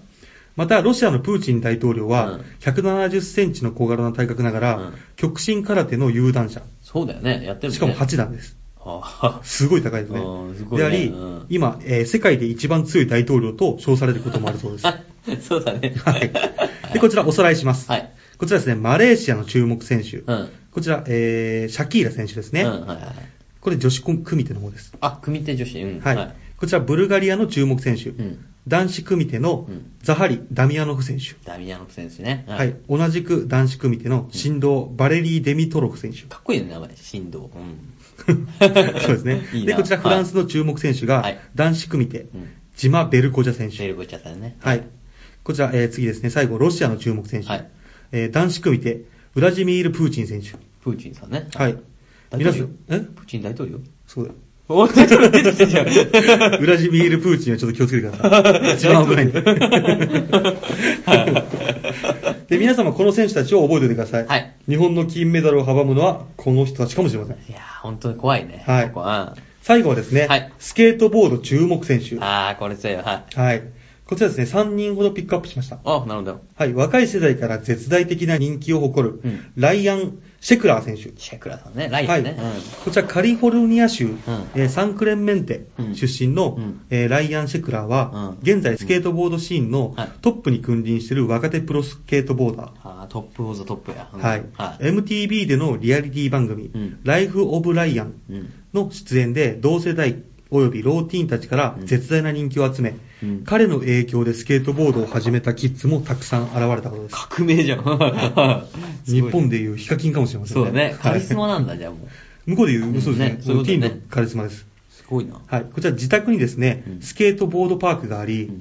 S4: また、ロシアのプーチン大統領
S2: う
S4: は
S2: ん、
S4: 170センチの小柄な体格ながら、
S2: うん
S4: 極真空手の有段者、
S2: い。そうだよね。やってるもんね
S4: しかも8段です。
S2: は
S4: すごい高いですね
S2: うんす。ごい
S4: で
S2: ね
S4: あり、
S2: うん
S4: 今、えー世界で一番強い大統領と称されることもあるそう です。は
S2: あそうだね。
S4: い。で、こちらおさらいします。
S2: はい
S4: こちらですね、マレーシアの注目選手。
S2: うん。
S4: こちら、えーシャキーラ選手ですね。
S2: うんはいはいはい
S4: これ女子組手の方です。
S2: あ、組手女子。うん。
S4: はい。こちら、ブルガリアの注目選手。
S2: うん。
S4: 男子組手の
S2: うん
S4: ザハリ・ダミアノフ選手。
S2: ダミアノフ選手ね。うん
S4: はい。同じく男子組手の振動、バレリー・デミトロフ 選手。
S2: かっこいいね、名前。振動。うん。
S4: そうですね。
S2: いいな
S4: で、こちらフランスの注目選手
S2: は
S4: が
S2: い、
S4: 男子組手、
S2: うん
S4: ジマ・ベルコジャ選
S2: メー
S4: 手。
S2: ルごっちゃったね。
S4: はい。こちら、えー次ですね、最後、ロシアの注目選手。
S2: はい
S4: えー男子組手、ウラジミール・プーチン選手。
S2: プーチンさんね。
S4: はい。
S2: 大
S4: 皆
S2: 統
S4: さ
S2: 領
S4: ん、え
S2: プーチン大統領
S4: そうだよ。
S2: お、 大統領出てきたじゃん。
S4: ウラジミール・プーチンはちょっと気をつけてください。一番危ないんで。 で、皆様この選手たちを覚えておいてください。
S2: はい
S4: 日本の金メダルを阻むのはこの人たちかもしれません。
S2: いやー、本当に怖いね。
S4: はい
S2: ここは
S4: 最後はですね、
S2: はい
S4: スケートボード注目選手。
S2: うんあー、これ強いよ。はい。
S4: はい。こちらですね、3人ほどピックアップしました。
S2: あ、なるほど。
S4: はい、若い世代から絶大的な人気を誇る、
S2: うん
S4: ライアン・シェクラー選手。
S2: シェクラさんね、ライトね。
S4: はいこちらカリフォルニア州、えーサンクレンメンテ
S2: うん
S4: 出身の、
S2: うん
S4: えーライアン・シェクラーは、
S2: うん
S4: 現在スケートボードシーンの
S2: はい
S4: トップに君臨している若手プロスケートボーダー。
S2: うん。あー、トップオーザトップや。うん
S4: はい、
S2: はい。
S4: MTV でのリアリティ番組、
S2: うん
S4: ライフ・オブ・ライアン
S2: うん。
S4: の出演で同世代及びローティーンたちから絶大な人気を集め、
S2: うん
S4: 彼の影響でスケートボードを始めたキッズもたくさん現れたことです。
S2: 革命じゃん。
S4: 日本
S2: で。
S4: でいうヒカキンかもしれません
S2: そうだね。カリスマ
S4: は
S2: な
S4: い
S2: んだ、じゃあもう。
S4: 向こうでいう、そ
S2: う
S4: うですね
S2: んねそういうこと
S4: ティ
S2: ね
S4: ーンのカリスマです。
S2: すごいな。
S4: はい、こちら自宅にですね、
S2: うん
S4: スケートボードパークがあり、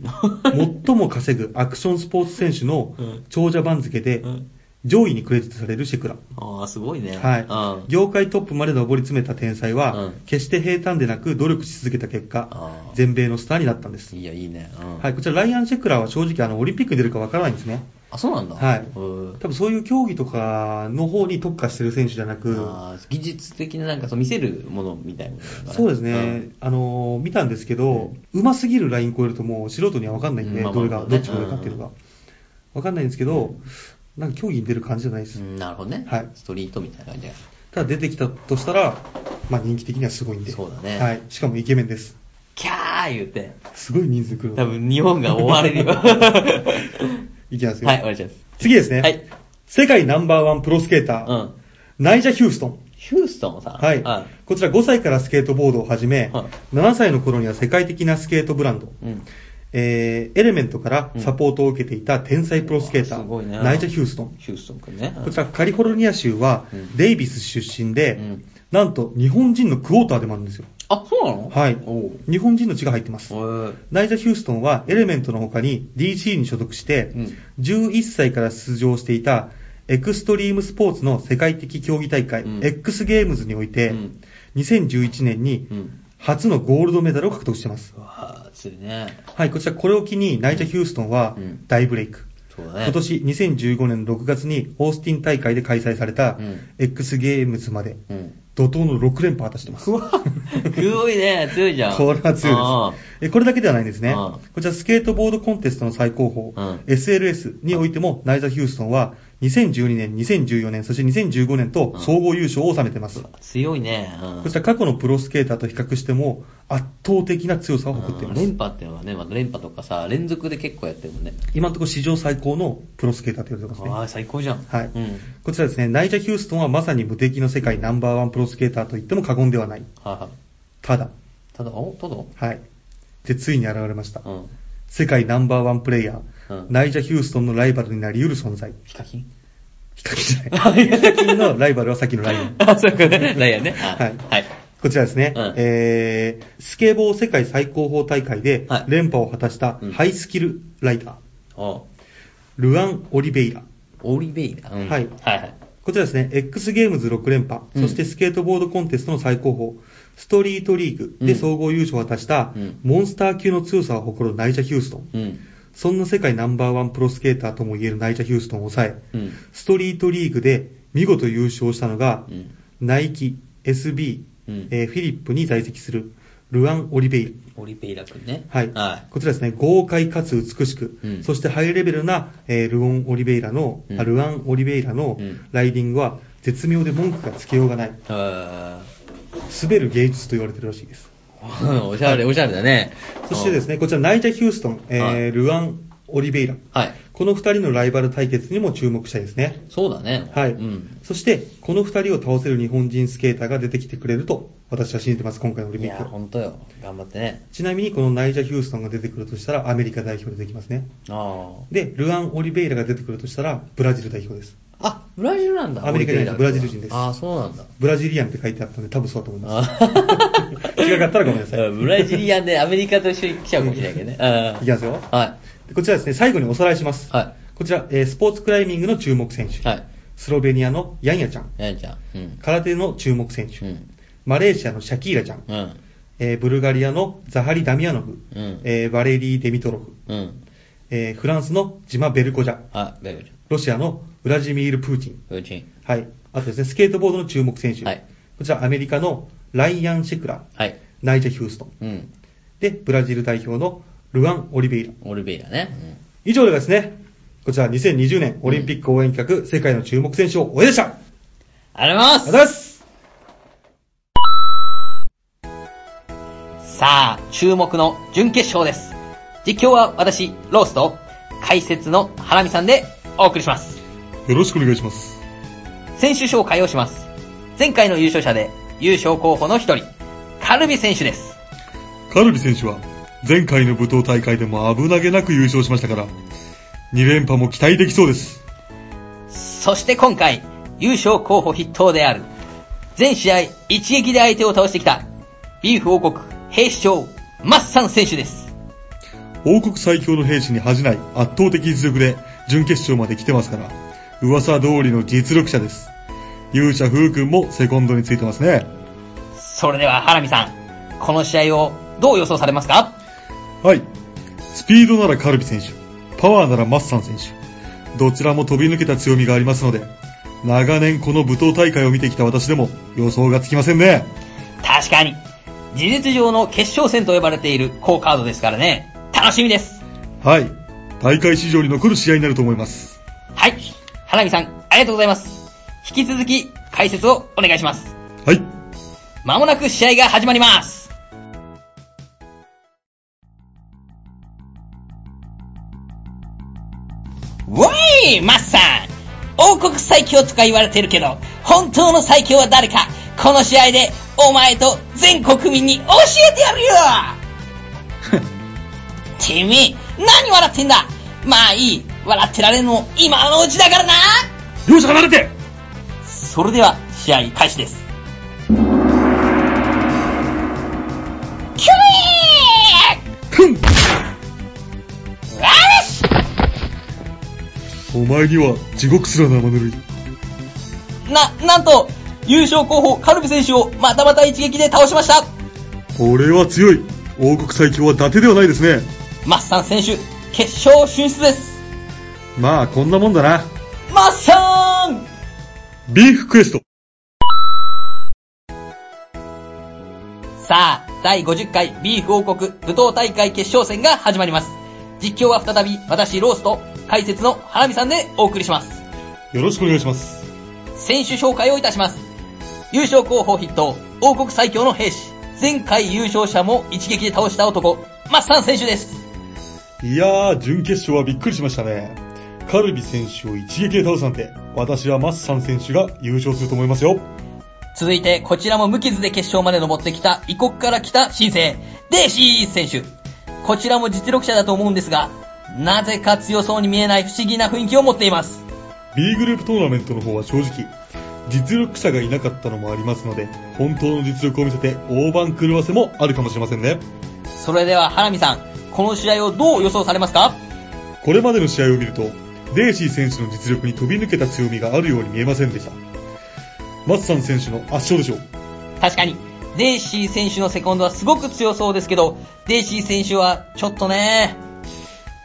S4: 最も稼ぐアクションスポーツ選手の
S2: うん
S4: 長者番付で
S2: うん
S4: 上位にクレジットされるシェクラ。
S2: ああ、すごいね。
S4: はい、業界トップまで上り詰めた天才は、
S2: うん
S4: 決して平坦でなく努力し続けた結果
S2: あー、
S4: 全米のスターになったんです
S2: うん。。いや、いいね。うん
S4: はい、こちらライアン・シェクラーは正直あのオリンピックに出るかわからないんですね。
S2: あ、そうなんだ。
S4: はいう
S2: ー
S4: 多分そういう競技とかの方に特化してる選手じゃなく、
S2: あー技術的ななんかそう見せるものみたいなのがね
S4: そうですね、あのー見たんですけど、うますぎるライン超えるともう素人には分かんないんで、
S2: うんまあま
S4: ど
S2: あ
S4: れが、
S2: まあ
S4: ど
S2: ね
S4: っちが上かっていうのが、分かんないんですけど、なんか競技に出る感じじゃないで
S2: う
S4: す、
S2: んなるほどね、
S4: はい
S2: ストリートみたいな感じが
S4: ただ出てきたとしたら、まあ、人気的にはすごいんで、
S2: そうだね
S4: はい、しかもイケメンです、
S2: キャー言って
S4: すごい人数来る
S2: 多分日本が追われ るよはい
S4: いきます
S2: お
S4: よ、
S2: 願いします
S4: 次ですね、
S2: はい
S4: 世界ナンバーワンプロスケーター、
S2: うん
S4: ナイジャ・ヒューストン。
S2: ヒューストンさ
S4: はい、
S2: あ
S4: こちら5歳からスケートボードを始め、
S2: は
S4: 7歳の頃には世界的なスケートブランド、
S2: うん
S4: えーエレメントからサポートを受けていた天才プロスケータ
S2: うわすご
S4: ー、
S2: いね
S4: ナイジャ・ヒューストン。
S2: ヒューストンくんね
S4: こちらカリフォルニア州は
S2: うん
S4: デイビス出身で、
S2: うん
S4: なんと日本人のクォーターでもあるんですよ。
S2: あそうなの
S4: はい
S2: おう。
S4: 日本人の血が入ってます。
S2: おい
S4: ナイジャ・ヒューストンはエレメントの他に DC に所属して、
S2: うん
S4: 11歳から出場していたエクストリームスポーツの世界的競技大会、
S2: うん
S4: X ゲームズにおいて、
S2: うん
S4: 2011年に
S2: うん
S4: 初のゴールドメダルを獲得してます
S2: う。わーついね
S4: はい、こちらこれを機にナイジャ・ヒューストンは
S2: うん
S4: 大ブレイク。
S2: そうだね
S4: 今年2015年6月にオースティン大会で開催された
S2: うん
S4: X ゲームズまで
S2: うん
S4: 怒涛の6連覇を果たしてます。 こ
S2: 強いね強いじゃ ん
S4: れは強い
S2: あ
S4: ですえ。これだけではないんですね。
S2: あ
S4: こちらスケートボードコンテストの最高
S2: う
S4: 峰、
S2: ん
S4: SLS においてもナイザー・ヒューストンは2012年、2014年、そして2015年と総合優勝を収めてます。
S2: ー強いねうん
S4: こちら過去のプロスケーターと比較しても圧倒的な強さを誇っています。
S2: 連覇っていうのはね、まあ、連覇とかさ、連続で結構やってるもんね。
S4: 今のところ史上最高のプロスケーターと言われてますね。
S2: ああ、最高じゃん。
S4: はい
S2: うん。
S4: こちらですね、ナイジャ・ヒューストンはまさに無敵の世界ナンバーワンプロスケーターと言っても過言ではない。
S2: はいはい。
S4: ただ、
S2: ただ、おただ
S4: はい。で、ついに現れました。
S2: うん。
S4: 世界ナンバーワンプレイヤー、
S2: うん
S4: ナイジャ・ヒューストンのライバルになり得る存在。
S2: ヒカキン
S4: ヒカキン じゃない。ヒカキンのライバルはさっきのライオン。
S2: あ、そうかね。ライアンね。あ
S4: はい
S2: はい。
S4: こちらですね、
S2: うん
S4: えー、スケボー世界最高峰大会で
S2: はい
S4: 連覇を果たした
S2: うん
S4: ハイスキルライダー、
S2: お
S4: ルアン・オリベイラ。
S2: オリベイラ。うん
S4: はい
S2: はいはい。
S4: こちらですね、X ゲームズ6連覇、
S2: うん
S4: そしてスケートボードコンテストの最高峰、ストリートリーグで総合優勝を果たした、
S2: うん
S4: モンスター級の強さを誇るナイジャ・ヒューストン。
S2: うん。
S4: そんな世界ナンバーワンプロスケーターとも言えるナイジャ・ヒューストンを抑え、
S2: うん。
S4: ストリートリーグで見事優勝したのが、
S2: うん。
S4: ナイキ、SB、
S2: うん
S4: えーフィリップに在籍するルアン・オリベイル。
S2: オリペイラ君ね。
S4: はい。
S2: は
S4: こちらですね、豪快かつ美しく、
S2: うん
S4: そしてハイレベルな、えールオン・オリベイラの、
S2: うん
S4: あルアン・オリベイラの
S2: うん
S4: ライディングは絶妙で文句がつけようがない。
S2: い。あ
S4: 滑る芸術と言われてるらしいです。
S2: ー おしゃれ、おしゃれだね。
S4: そしてです
S2: ね。
S4: ね、こちらナイジャ・ヒューストン、えー
S2: はい
S4: ルアン・オリベイラ。
S2: はい。
S4: この2人のライバル対決にも注目したいですね。
S2: そうだね。
S4: はい。
S2: うん。
S4: そして、この2人を倒せる日本人スケーターが出てきてくれると、私は信じてます、今回のオリン
S2: い
S4: ピッ
S2: や、
S4: ク。
S2: ほんとよ。頑張ってね。
S4: ちなみにこのナイジャ・ヒューストンが出てくるとしたらアメリカ代表でできますね。
S2: あ
S4: で、ルアン・オリベイラが出てくるとしたらブラジル代表です。
S2: あ。あ、ブラジルなんだ。
S4: アメリカじゃない
S2: オリペイラ
S4: ブラジル人です
S2: ああ、そうなんだ。
S4: ブラジリアンって書いてあったんで多分そうだと思いま
S2: あ
S4: す。 違かったらごめんなさい。
S2: ーブラジリアンでアメリカと一緒に来ちゃうかもしれないけどね。あ
S4: いきますよ。
S2: あ。は
S4: こちらですね、最後におさらいします。
S2: い。は
S4: こちら、えースポーツクライミングの注目選手。
S2: い。はい。
S4: スロベニアのヤンヤちゃん。
S2: やんちゃん。うん。
S4: 空手の注目選手。
S2: うん。
S4: マレーシアのシャキーラちゃん。
S2: うん。
S4: えーブルガリアのザハリ・ダミアノフ。
S2: うん
S4: えーバレリー・デミトロフ。
S2: うん。
S4: えーフランスのジマ・ベルコジャ。
S2: あ、ベルちゃん。
S4: ロシアのウラジミール・プーチン。
S2: ブルチン。
S4: はい。あとですね、スケートボードの注目選手。
S2: はい
S4: こちら、アメリカのライアン・シェクラ、
S2: はい。
S4: ナイジャ・ヒューストン。
S2: うん。
S4: で、ブラジル代表のルアン・オリベイラ。
S2: オルベイラね。
S4: 以上でですね、こちら2020年オリンピック応援企画、世界の注目選手を終えでした。あ
S2: あ
S4: り
S2: りがとう
S4: がと
S2: ご
S4: うご
S2: ざ
S4: ざ
S2: い
S4: い
S2: ま
S4: ます
S2: すさあ、注目の準決勝です。実況は私、ロースと、解説のハラミさんでお送りします。
S4: よろしくお願いします。
S2: 選手紹介をします。前回の優勝者で、優勝候補の一人、カルビ選手です。
S4: カルビ選手は、前回の武闘大会でも危なげなく優勝しましたから、2連覇も期待できそうです。
S2: そして今回、優勝候補筆頭である、全試合一撃で相手を倒してきた、ビーフ王国兵士長、マッサン選手です。
S4: 王国最強の兵士に恥じない圧倒的実力で準決勝まで来てますから、噂通りの実力者です。勇者風君もセコンドについてますね。
S2: それでは、ハラミさん、この試合をどう予想されますか
S4: はい。スピードならカルビ選手、パワーならマッサン選手。どちらも飛び抜けた強みがありますので、長年この武闘大会を見てきた私でも予想がつきませんね。
S2: 確かに、事実上の決勝戦と呼ばれている好カードですからね、楽しみです。
S4: はい。大会史上に残る試合になると思います。
S2: はい、ハラミさん、ありがとうございます。引き続き、解説をお願いします。
S4: はい。
S2: まもなく試合が始まります。わいマッサン王国最強とか言われてるけど、本当の最強は誰かこの試合でお前と全国民に教えてやるよてめえ、何笑ってんだまあいい、笑ってられるのも今のうちだからな
S4: 両者離れて
S2: それでは試合開始です。キュ
S4: ふん
S2: イーあれし
S4: お前には地獄すら生ぬるい。
S2: な、なんと、優勝候補カルビ選手をまたまた一撃で倒しました
S4: これは強い。王国最強は伊達ではないですね。
S2: マッサン選手、決勝進出です
S4: まあ、こんなもんだな。
S2: マッサン
S4: ビーフクエスト。
S2: さあ、第50回ビーフ王国武闘大会決勝戦が始まります。実況は再び私ロースと解説の花見さんでお送りします。
S4: よろしくお願いします。
S2: 選手紹介をいたします。優勝候補筆頭、王国最強の兵士、前回優勝者も一撃で倒した男、マッサン選手です。
S4: いやー、準決勝はびっくりしましたね。カルビ選手を一撃で倒すなんて、私はマッサン選手が優勝すると思いますよ。
S2: 続いて、こちらも無傷で決勝まで登ってきた、異国から来た新星、デイシー選手。こちらも実力者だと思うんですが、なぜか強そうに見えない不思議な雰囲気を持っています。
S4: B グループトーナメントの方は正直、実力者がいなかったのもありますので、本当の実力を見せて大番狂わせもあるかもしれませんね。
S2: それでは、ハラミさん、この試合をどう予想されますか
S4: これまでの試合を見ると、
S3: デイシー選手の実力に飛び抜けた強みがあるように見えませんでした。マッサン選手の圧勝でしょう。
S2: 確かに、デイシー選手のセコンドはすごく強そうですけど、デイシー選手はちょっとね、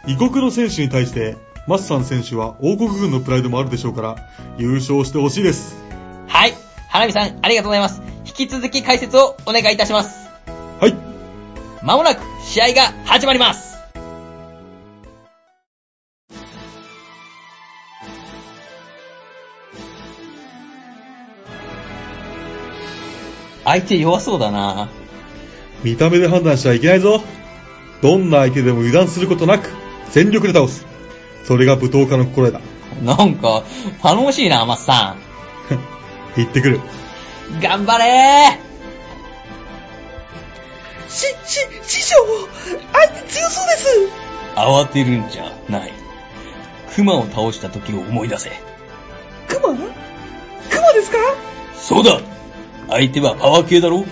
S3: 異国の選手に対して、マッサン選手は王国軍のプライドもあるでしょうから、優勝してほしいです。
S2: はい、花見さんありがとうございます。引き続き解説をお願いいたします。
S3: はい。
S2: まもなく試合が始まります。相手弱そうだな。
S3: 見た目で判断してはいけないぞ。どんな相手でも油断することなく、全力で倒す。それが武闘家の心得だ。
S2: なんか、頼もしいな、マスさ
S3: 行ってくる。
S2: ん。頑張れー
S5: し、し、師匠相手強そうです
S2: 慌てるんじゃない。熊を倒した時を思い出せ。
S5: クマクマですか
S2: そうだ相手はパワー系だろ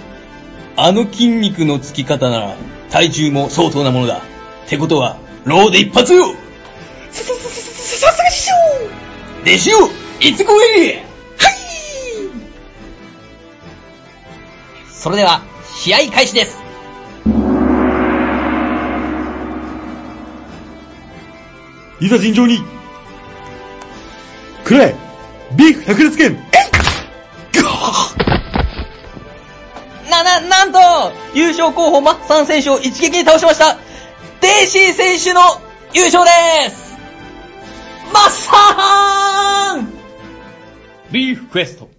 S2: あの筋肉のつき方なら体重も相当なものだ。ってことは、ローで一発よ
S5: さ、さ、さ、さ、さすが師匠
S2: 弟子よいつこ
S5: は
S2: い
S5: い
S2: それでは、試合開始です
S3: いざ尋常に。くれビーフ百裂拳
S2: な、な、なんと優勝候補マッサン選手を一撃で倒しましたデイシー選手の優勝ですマッサーンビーフクエスト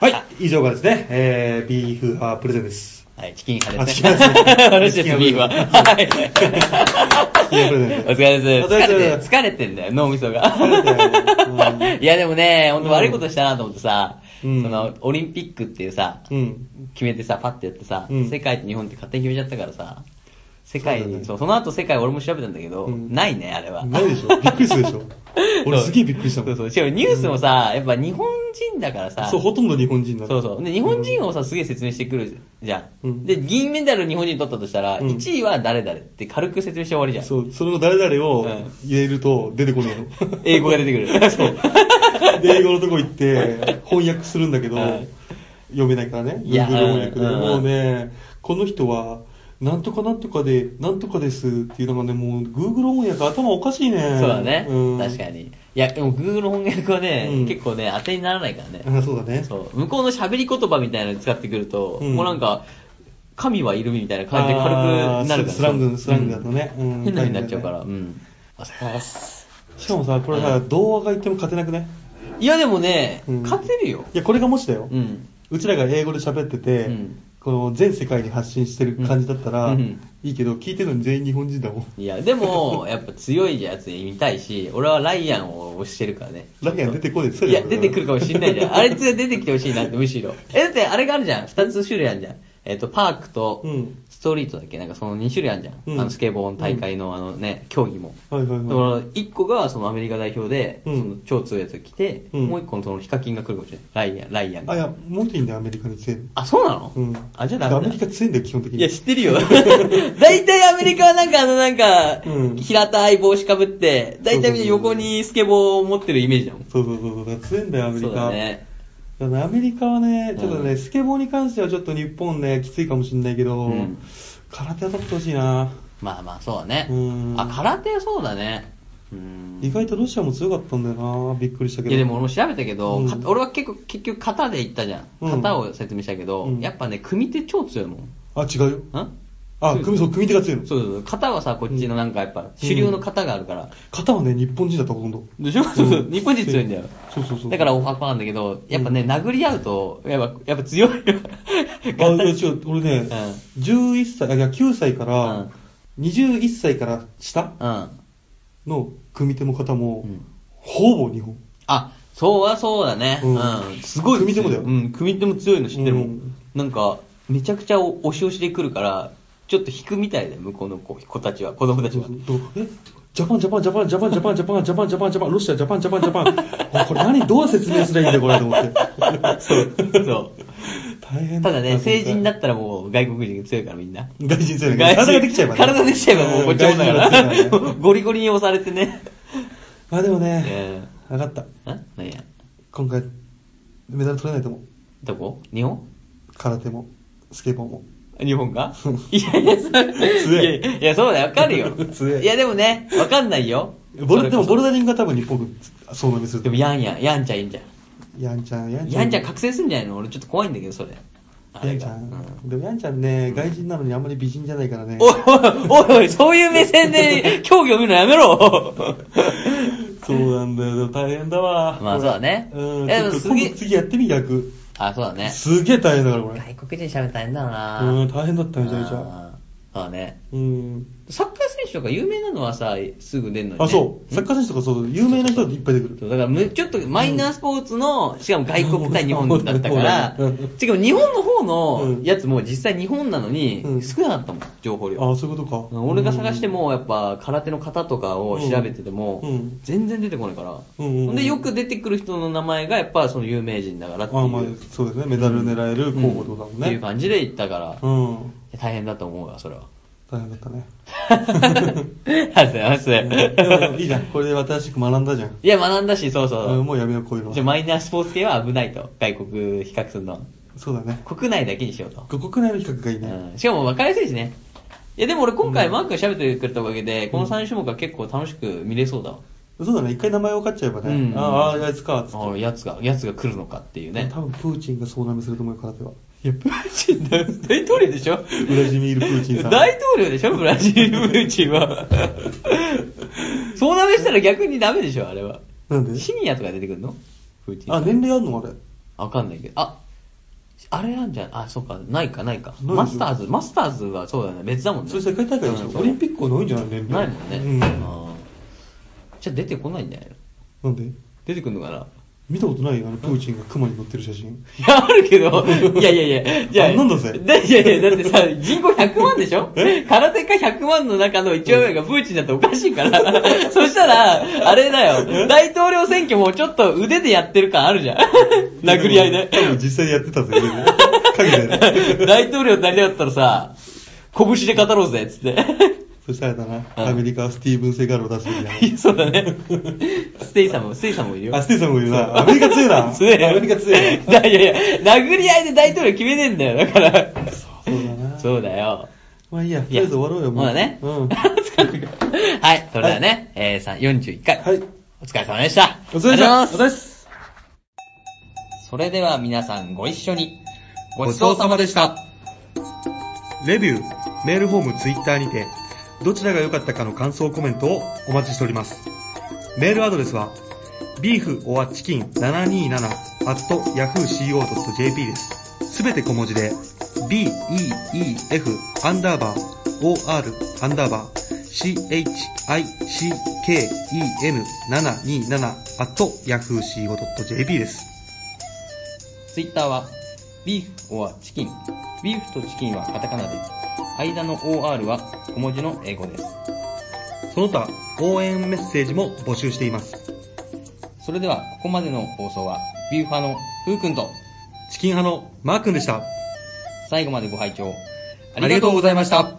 S3: はい、以上がですね、えー、ビーフ派プレゼンです。
S2: はい、チキン
S3: あ
S2: 派で
S3: チ
S2: す
S3: キン
S2: ね。
S3: 派ですね
S2: 私です、ビーフは。はい。
S3: キン派です
S2: お疲れです。
S3: お疲
S2: 疲
S3: れ
S2: れ
S3: で
S2: て
S3: す
S2: 疲れてんだよ、脳みそが
S3: 疲れてるう。ん
S2: いや、でもね、ほんと悪いことしたなと思ってさ、そ
S3: うん
S2: の、オリンピックっていうさ、
S3: うん。
S2: 決めてさ、パッてやってさ、
S3: うん
S2: 世界と日本って勝手に決めちゃったからさ、世界
S3: そうだ
S2: に、
S3: ね
S2: そう、その後世界俺も調べたんだけど、
S3: うん
S2: ないね、あれは。
S3: ないでしょびっくりするでしょ俺すげえびっくりしたもん
S2: そうそう。しかもニュースもさ、やっぱ日本人だからさ、
S3: そう、ほとんど日本人なの。
S2: そうそう。で、日本人をさ、すげえ説明してくるじゃん。
S3: うん
S2: で、銀メダル日本人取ったとしたら、
S3: うん
S2: 1位は誰々って軽く説明して終わりじゃん。
S3: そう、それの誰々を
S2: うん
S3: 入れると出てこないの。
S2: 英語が出てく る。そう。
S3: で、英語のとこ行って翻訳するんだけど
S2: うん、
S3: 読めないからね。
S2: いや
S3: Google 翻訳で。
S2: うん
S3: もうね、この人は、なんとかなんとかで、なんとかですっていうのがね、もう Google 翻訳頭おかしいね。
S2: そうだね。
S3: うん
S2: 確かに。いや、でも Google の翻訳はね、
S3: うん
S2: 結構ね、当てにならないからね。
S3: あそうだね。
S2: そう向こうの喋り言葉みたいなの使ってくると、
S3: うん
S2: もうなんか、神はいるみたいな感じで軽くなるから
S3: あースラング、スラングだとね。う
S2: うん
S3: ん
S2: 変な風になっちゃうから。
S3: 大
S2: う
S3: 変だよね
S2: ん。お疲れ様です。
S3: しかもさ、これさ、童話が言っても勝てなくね。
S2: いやでもね、
S3: うん
S2: 勝てるよ。
S3: いや、これがもしだよ。
S2: うん。
S3: うちらが英語で喋ってて、
S2: うん
S3: この全世界に発信してる感じだったら、
S2: うんうん
S3: いいけど、聞いてるの全員日本人だもん。
S2: いや、でも、 やっぱ強いやつ見たいし、俺はライアンを推してるからね。
S3: ライアン出てこいです
S2: いや、出てくるかもしんない じゃん。あれつ出てきてほしいなって、むしろ。え、だってあれがあるじゃん。二つ種類あるじゃん。えっ、と、パークと
S3: うん、
S2: ストリートだっけなんかその二種類あるじゃん。
S3: うん
S2: あの、スケボーの大会の、あのね、競技も。
S3: はいはい
S2: だか
S3: は
S2: ら、一個がそのアメリカ代表で、
S3: うん
S2: その超強いやつが来て、
S3: うん
S2: もう一個のそのヒカキンが来るかもしれない。ライアン、ライアン
S3: い。あ、いや、もっといいんだよ、アメリカに強いの。
S2: あ、そうなの、
S3: うん。
S2: あ、じゃあダメ
S3: ア
S2: だ
S3: メリカ強いんだよ、基本的に。
S2: いや、知ってるよ。 大体アメリカはなんかあの、なんか
S3: うん、
S2: 平たい帽子かぶって、大体みんな横にスケボーを持ってるイメージだもん。
S3: そうそうそうそう、強いんだよ、アメリカ。
S2: そうだね。
S3: だからアメリカはね、ちょっとね、
S2: うん
S3: スケボーに関してはちょっと日本ね、きついかもしれないけど、
S2: うん
S3: 空手当たってほしいな。
S2: まあまあ、そうだね
S3: うん。
S2: あ、空手そうだね。うん
S3: 意外とロシアも強かったんだよな、びっくりしたけ
S2: い
S3: ど。
S2: やでも俺も調べたけど、
S3: うん
S2: か俺は結構結局型で行ったじゃん、
S3: うん
S2: 型を説明したけど、
S3: うん
S2: やっぱね組手超強いもんん
S3: あ、違うよ。あ、組そう組手が強いの。
S2: そうそうそう型はさこっちのなんかやっぱ主流の型があるから、
S3: 型はね、日本人だった、ほとん ど。
S2: でしょ、そうそう日本人強いんだよ
S3: そうそうそう。
S2: だからオファーパーなんだけどやっぱね、殴り合うとやっぱやっぱ強いよ
S3: あ、いや 違う、俺ね、
S2: う
S3: 11歳、あいや、9歳か
S2: う
S3: ら
S2: ん、
S3: 21歳から下
S2: うん
S3: の組手も方も、
S2: うん
S3: ほぼ日本。
S2: あ、そうはそうだね。
S3: う
S2: うんん。すごい。
S3: 組手もだよ
S2: うん、組手も強いの知ってるもん。
S3: うん
S2: なんか、めちゃくちゃ押し押しで来るから、ちょっと引くみたいだよ、向こうの子子たちは、子供たち
S3: そう
S2: は
S3: そ。うえジャパン、ジャパン、ジャパン、ジャパン、ジャパン、ジャパン、ジャパン、ジャパン、ジャパン、ロシア、ジャパン、ジャパン、ジャパン。あ これ何、どう説明すればいいんだよ、これ、と思って。
S2: そう。そ
S3: 大
S2: う。
S3: 変
S2: ただね、成人
S3: っ
S2: だ
S3: た。
S2: ったらもう外国人強いからみんな。
S3: 外人強いね。
S2: 外人
S3: 体ができちゃえばね。
S2: 体できちゃえばもうこっちもだか
S3: 外人の強い
S2: ら。
S3: ね
S2: ゴリゴリに押されてね。
S3: まあでもね、
S2: え
S3: 分かった。
S2: ー、ん何や
S3: 今回、メダル取れないと思う。
S2: どこ日本
S3: 空手も、スケボーも。
S2: 日本が いやいや、そいや
S3: え。
S2: いやいや、そうだよ、わかるよ
S3: 強え
S2: いや、でもね、わかんないよ。
S3: ボルでもボル
S2: だ
S3: ダリングが多分日本軍、そうなみする
S2: で
S3: と
S2: も、
S3: 思う。
S2: やんやん、やんちゃんいいんじゃん。
S3: やんちゃん、やんちゃん。
S2: やんちゃん覚醒すんじゃないの俺ちょっと怖いんだけど、それ。あ
S3: や
S2: れ
S3: んち
S2: が。
S3: ゃ
S2: うん
S3: ん。でもやんちゃんね、外人なのにあんまり美人じゃないからね。
S2: おいおいおいおい、そういう目 線で競技を見るのやめろ
S3: そうなんだよ。でも大変だわ。
S2: まあそうだね
S3: うん。
S2: えでも
S3: ちょっと
S2: 次
S3: 今度次やってみ、逆。
S2: あ、そうだね。
S3: すげえ大変だから、これ。
S2: 外国人喋ったら大変だな
S3: うん、大変だった、めちゃめちゃ。
S2: あーそうだね。
S3: うん。
S2: サッカー選手とか有名なのはさ、すぐ出るのに、ね。
S3: あ、そう。サッカー選手とかそう、有名な人っていっぱい出てくる。
S2: そうだからむちょっとマイナースポーツの、しかも外国対日本だったから
S3: うん、
S2: しかも日本の方
S3: う
S2: の
S3: ん
S2: やつも実際日本なのに
S3: うん
S2: 少なかったもん、情報量。
S3: あ、そういうことか。
S2: 俺が探してもやっぱ空手の型とかを調べてても
S3: うん
S2: 全然出てこないから。
S3: うんうんうん
S2: ほんでよく出てくる人の名前がやっぱその有名人だからってい
S3: あ、まあ
S2: う。、
S3: そうですね。メダル狙える候補ってことだもん
S2: っていう
S3: ね。
S2: 感じで行ったから、
S3: うん。
S2: 大変だと思うわ、それは。
S3: 大変だったね。
S2: ありがとうございます。
S3: でもいいじゃん。これで新しく学んだじゃん。
S2: いや、学んだし、そう
S3: う
S2: そ
S3: ん
S2: う。
S3: もうやめよう、こういうの
S2: じゃあ
S3: は。
S2: マイナースポーツ系は危ないと。外国比較するのは。
S3: そうだね。
S2: 国内だけにしようと。
S3: 国内の比較がいいね。
S2: うんしかも分かりやすいしね。いや、でも俺今回マークが喋ってくれたおかげで、この3種目は結構楽しく見れそうだわ。
S3: そうだね。一回名前分かっちゃえばね。ああ、あいつか、つっ
S2: ああ、やつが、やつが来るのかっていう
S3: て。
S2: ね。
S3: 多分プーチンが総なめすると思うよ、空手は。
S2: いや、プーチンだ、大統領でしょ
S3: ブラジミール・プーチンさん。
S2: 大統領でしょブラジル、プーチンは。そうなめしたら逆にダメでしょあれは。
S3: なんで
S2: シニアとか出てくるのプーチンさ
S3: あ、
S2: ん。
S3: 年齢あんのあれ。
S2: わかんないけど。あ、あれなんじゃ、あ、そうか、ないか、ないか。
S3: ないでしょ
S2: マスターズ、マスターズはそうだね、別だもんね。
S3: それ世界大会でし
S2: うん
S3: ょ。オリンピックはないんじゃない年
S2: な
S3: 齢。
S2: いもんね。
S3: うん。な
S2: あーじゃあ出てこないんじゃないの
S3: んで
S2: 出てくんのかな
S3: 見たことないあの、プーチンが熊に乗ってる写真。
S2: いや、ある けど、いやいやいや、じゃあ、
S3: あんなんだぜ
S2: でいやいや、だってさ、人口100万でしょ
S3: え
S2: 空手家100万の中の1話目がプーチンだっておかしい から、そしたら、あれだよ、大統領選挙もちょっと腕でやってる感ある じゃん。殴り合いで
S3: 多。分実際にやってたぜ、 影で。
S2: 大統領になりたかったらさ、拳で語ろうぜ、つって。
S3: そしたらあれだな、
S2: うん
S3: アメリカはスティーブン・セガールを出すみた
S2: い
S3: い
S2: やそうだね。ステイさんも、ステイさんもいるよ。
S3: な。あ、スティーブンさんも言うな。アメリカ強いな。
S2: 強い
S3: アメリカ強いな。
S2: だ いやいや、殴り合いで大統領決めねえんだよ、だか
S3: そ
S2: ら。
S3: うだな。
S2: そうだよ。
S3: まあいいや、とりあえず終わろうよ、もう。
S2: まだね。
S3: うん。
S2: はい、それではね、えー、3 41回。
S3: はい。
S2: お疲れ様でした。
S3: お疲れ
S2: ありがとうござい
S3: 様
S2: ま
S3: ですす。お疲れ様です。
S2: それでは皆さんご一緒に。ごちそうさまでした。
S4: レビュー、メールフォーム、ツイッターにて、どちらが良かったかの感想コメントをお待ちしております。メールアドレスは、beeforchicken727-yahooco.jp です。すべて小文字で、beef アンダーバー or アンダーバー chicken727-yahooco.jp です。
S2: Twitter は、ビーフ or チキン。ビーフとチキンはカタカナで、間の OR は小文字の英語です。
S4: その他、応援メッセージも募集しています。
S2: それでは、ここまでの放送は、ビューファのふうくんと、
S4: チキン派のマー君でした。
S2: 最後までご拝聴
S4: ありがとうございました。